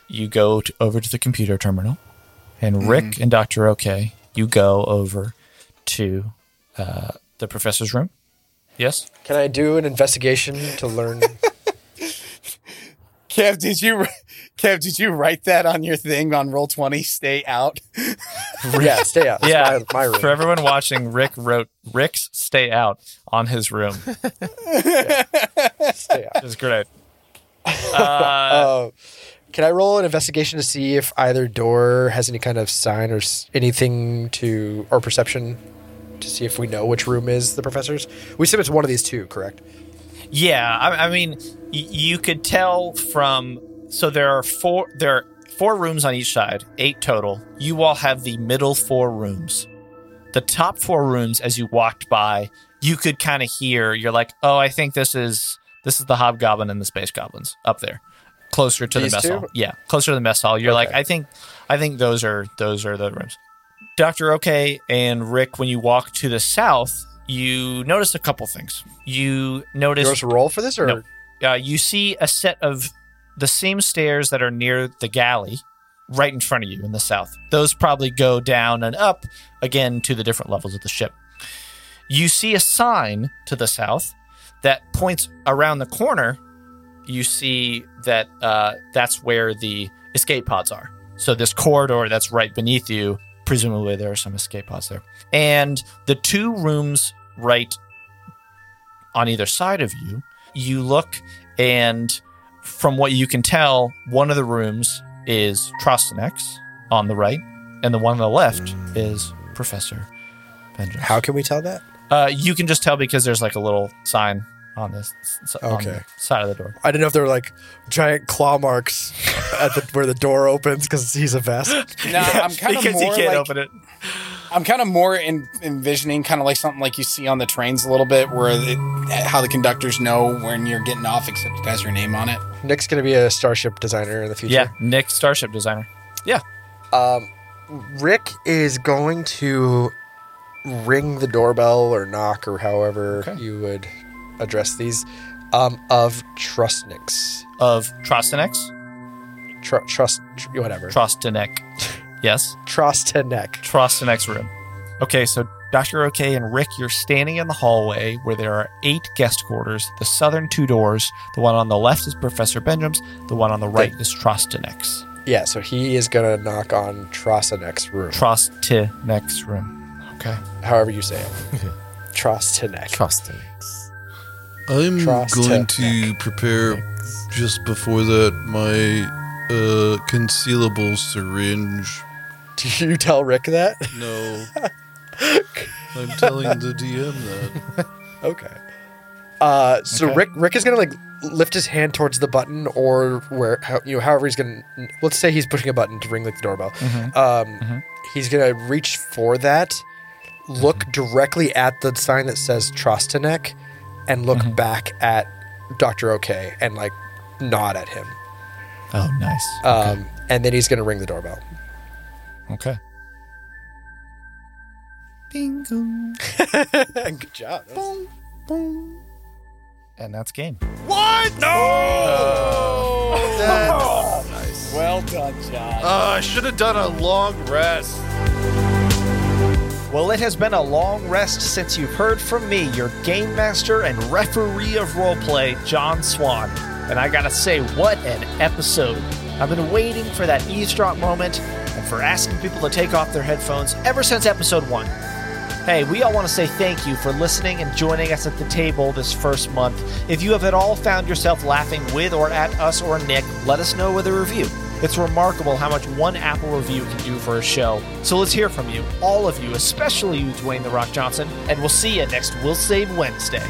Speaker 2: you go to, over to the computer terminal. And Rick and Dr. OK, you go over to uh, the professor's room. Yes?
Speaker 4: Can I do an investigation to learn?
Speaker 1: Kev, did you Kev, did you write that on your thing on roll twenty? Stay out.
Speaker 4: yeah, stay out. That's
Speaker 2: Yeah.
Speaker 4: my, my room.
Speaker 2: For everyone watching, Rick wrote Rick's stay out on his room.
Speaker 4: Stay out.
Speaker 2: It's great.
Speaker 4: Uh, can I roll an investigation to see if either door has any kind of sign or s- anything to or perception to see if we know which room is the professor's? We assume it's one of these two, correct?
Speaker 2: Yeah, I, I mean, y- you could tell from so there are four there are four rooms on each side, eight total. You all have the middle four rooms. The top four rooms as you walked by, you could kind of hear, you're like, "Oh, I think this is this is the hobgoblin and the space goblins up there." Closer to
Speaker 4: These
Speaker 2: the mess
Speaker 4: two?
Speaker 2: hall. Yeah, closer to the mess hall. You're like, "I think I think those are those are the rooms." Dr. OK and Rick, when you walk to the south, you notice a couple things. You
Speaker 4: Do you
Speaker 2: notice
Speaker 4: want us to roll for this or
Speaker 2: No. uh, you see a set of the same stairs that are near the galley right in front of you in the south. Those probably go down and up again to the different levels of the ship. You see a sign to the south that points around the corner. You see that uh, that's where the escape pods are. So, this corridor that's right beneath you, presumably there are some escape pods there. And the two rooms right on either side of you, you look and from what you can tell, one of the rooms is Trostinex on the right, and the one on the left is Professor Benjamin.
Speaker 4: how can we tell that?
Speaker 2: Uh, you can just tell because there's like a little sign on this s- on
Speaker 4: Okay.
Speaker 2: the side of the door.
Speaker 4: I didn't know if there were like giant claw marks at the, where the door opens because he's a vest.
Speaker 1: No, I'm kind of
Speaker 2: because he
Speaker 1: more
Speaker 2: can't
Speaker 1: like,
Speaker 2: open it.
Speaker 1: I'm kind of more en- envisioning kind of like something like you see on the trains a little bit, where it, how the conductors know when you're getting off, except it has your name on it.
Speaker 4: Nick's gonna be a starship designer in the future. Um,
Speaker 2: Yeah, Nick, starship designer. Yeah,
Speaker 4: Rick is going to ring the doorbell or knock or however you would address these um, of Trustniks.
Speaker 2: of Trostinex,
Speaker 4: Tr- trust, tr- whatever.
Speaker 2: Trostinek. Yes.
Speaker 4: Trostinek.
Speaker 2: Trust the next room. Okay, so Dr. OK and Rick, you're standing in the hallway where there are eight guest quarters, the southern two doors. The one on the left is Professor Benjamin's, the one on the right is Trostinex.
Speaker 4: Yeah, so he is gonna knock on Trostinek's room,
Speaker 2: Trostinex room. Okay.
Speaker 4: however you say it. Trostinek.
Speaker 8: Trust him.
Speaker 3: I'm
Speaker 4: Trust
Speaker 3: going
Speaker 4: tech.
Speaker 3: to prepare just before that my uh, concealable syringe.
Speaker 4: Do you tell Rick that?
Speaker 3: No. I'm telling the DM that.
Speaker 4: Okay. Uh, so Rick Rick is gonna like lift his hand towards the button or where how, you know however he's gonna let's say he's pushing a button to ring like the doorbell.
Speaker 2: Mm-hmm.
Speaker 4: Um, He's gonna reach for that, look
Speaker 2: Mm-hmm.
Speaker 4: directly at the sign that says Trostinek, and look
Speaker 2: Mm-hmm.
Speaker 4: back at Doctor OK and like nod at him.
Speaker 2: Oh, nice.
Speaker 4: Um, And then he's gonna ring the doorbell.
Speaker 2: Okay. Bingo.
Speaker 4: Good job.
Speaker 2: And that's game.
Speaker 1: Well done, John.
Speaker 3: Oh. Ah, I should have done a long rest.
Speaker 10: Well, it has been a long rest since you've heard from me, your game master and referee of roleplay, John Swan. And I gotta say, what an episode! I've been waiting for that eavesdrop moment and for asking people to take off their headphones ever since episode one. Hey, we all want to say thank you for listening and joining us at the table this first month. If you have at all found yourself laughing with or at us or Nick, let us know with a review. It's remarkable how much one Apple review can do for a show. So let's hear from you, all of you, especially you, Dwayne The Rock Johnson, and we'll see you next We'll Save Wednesday.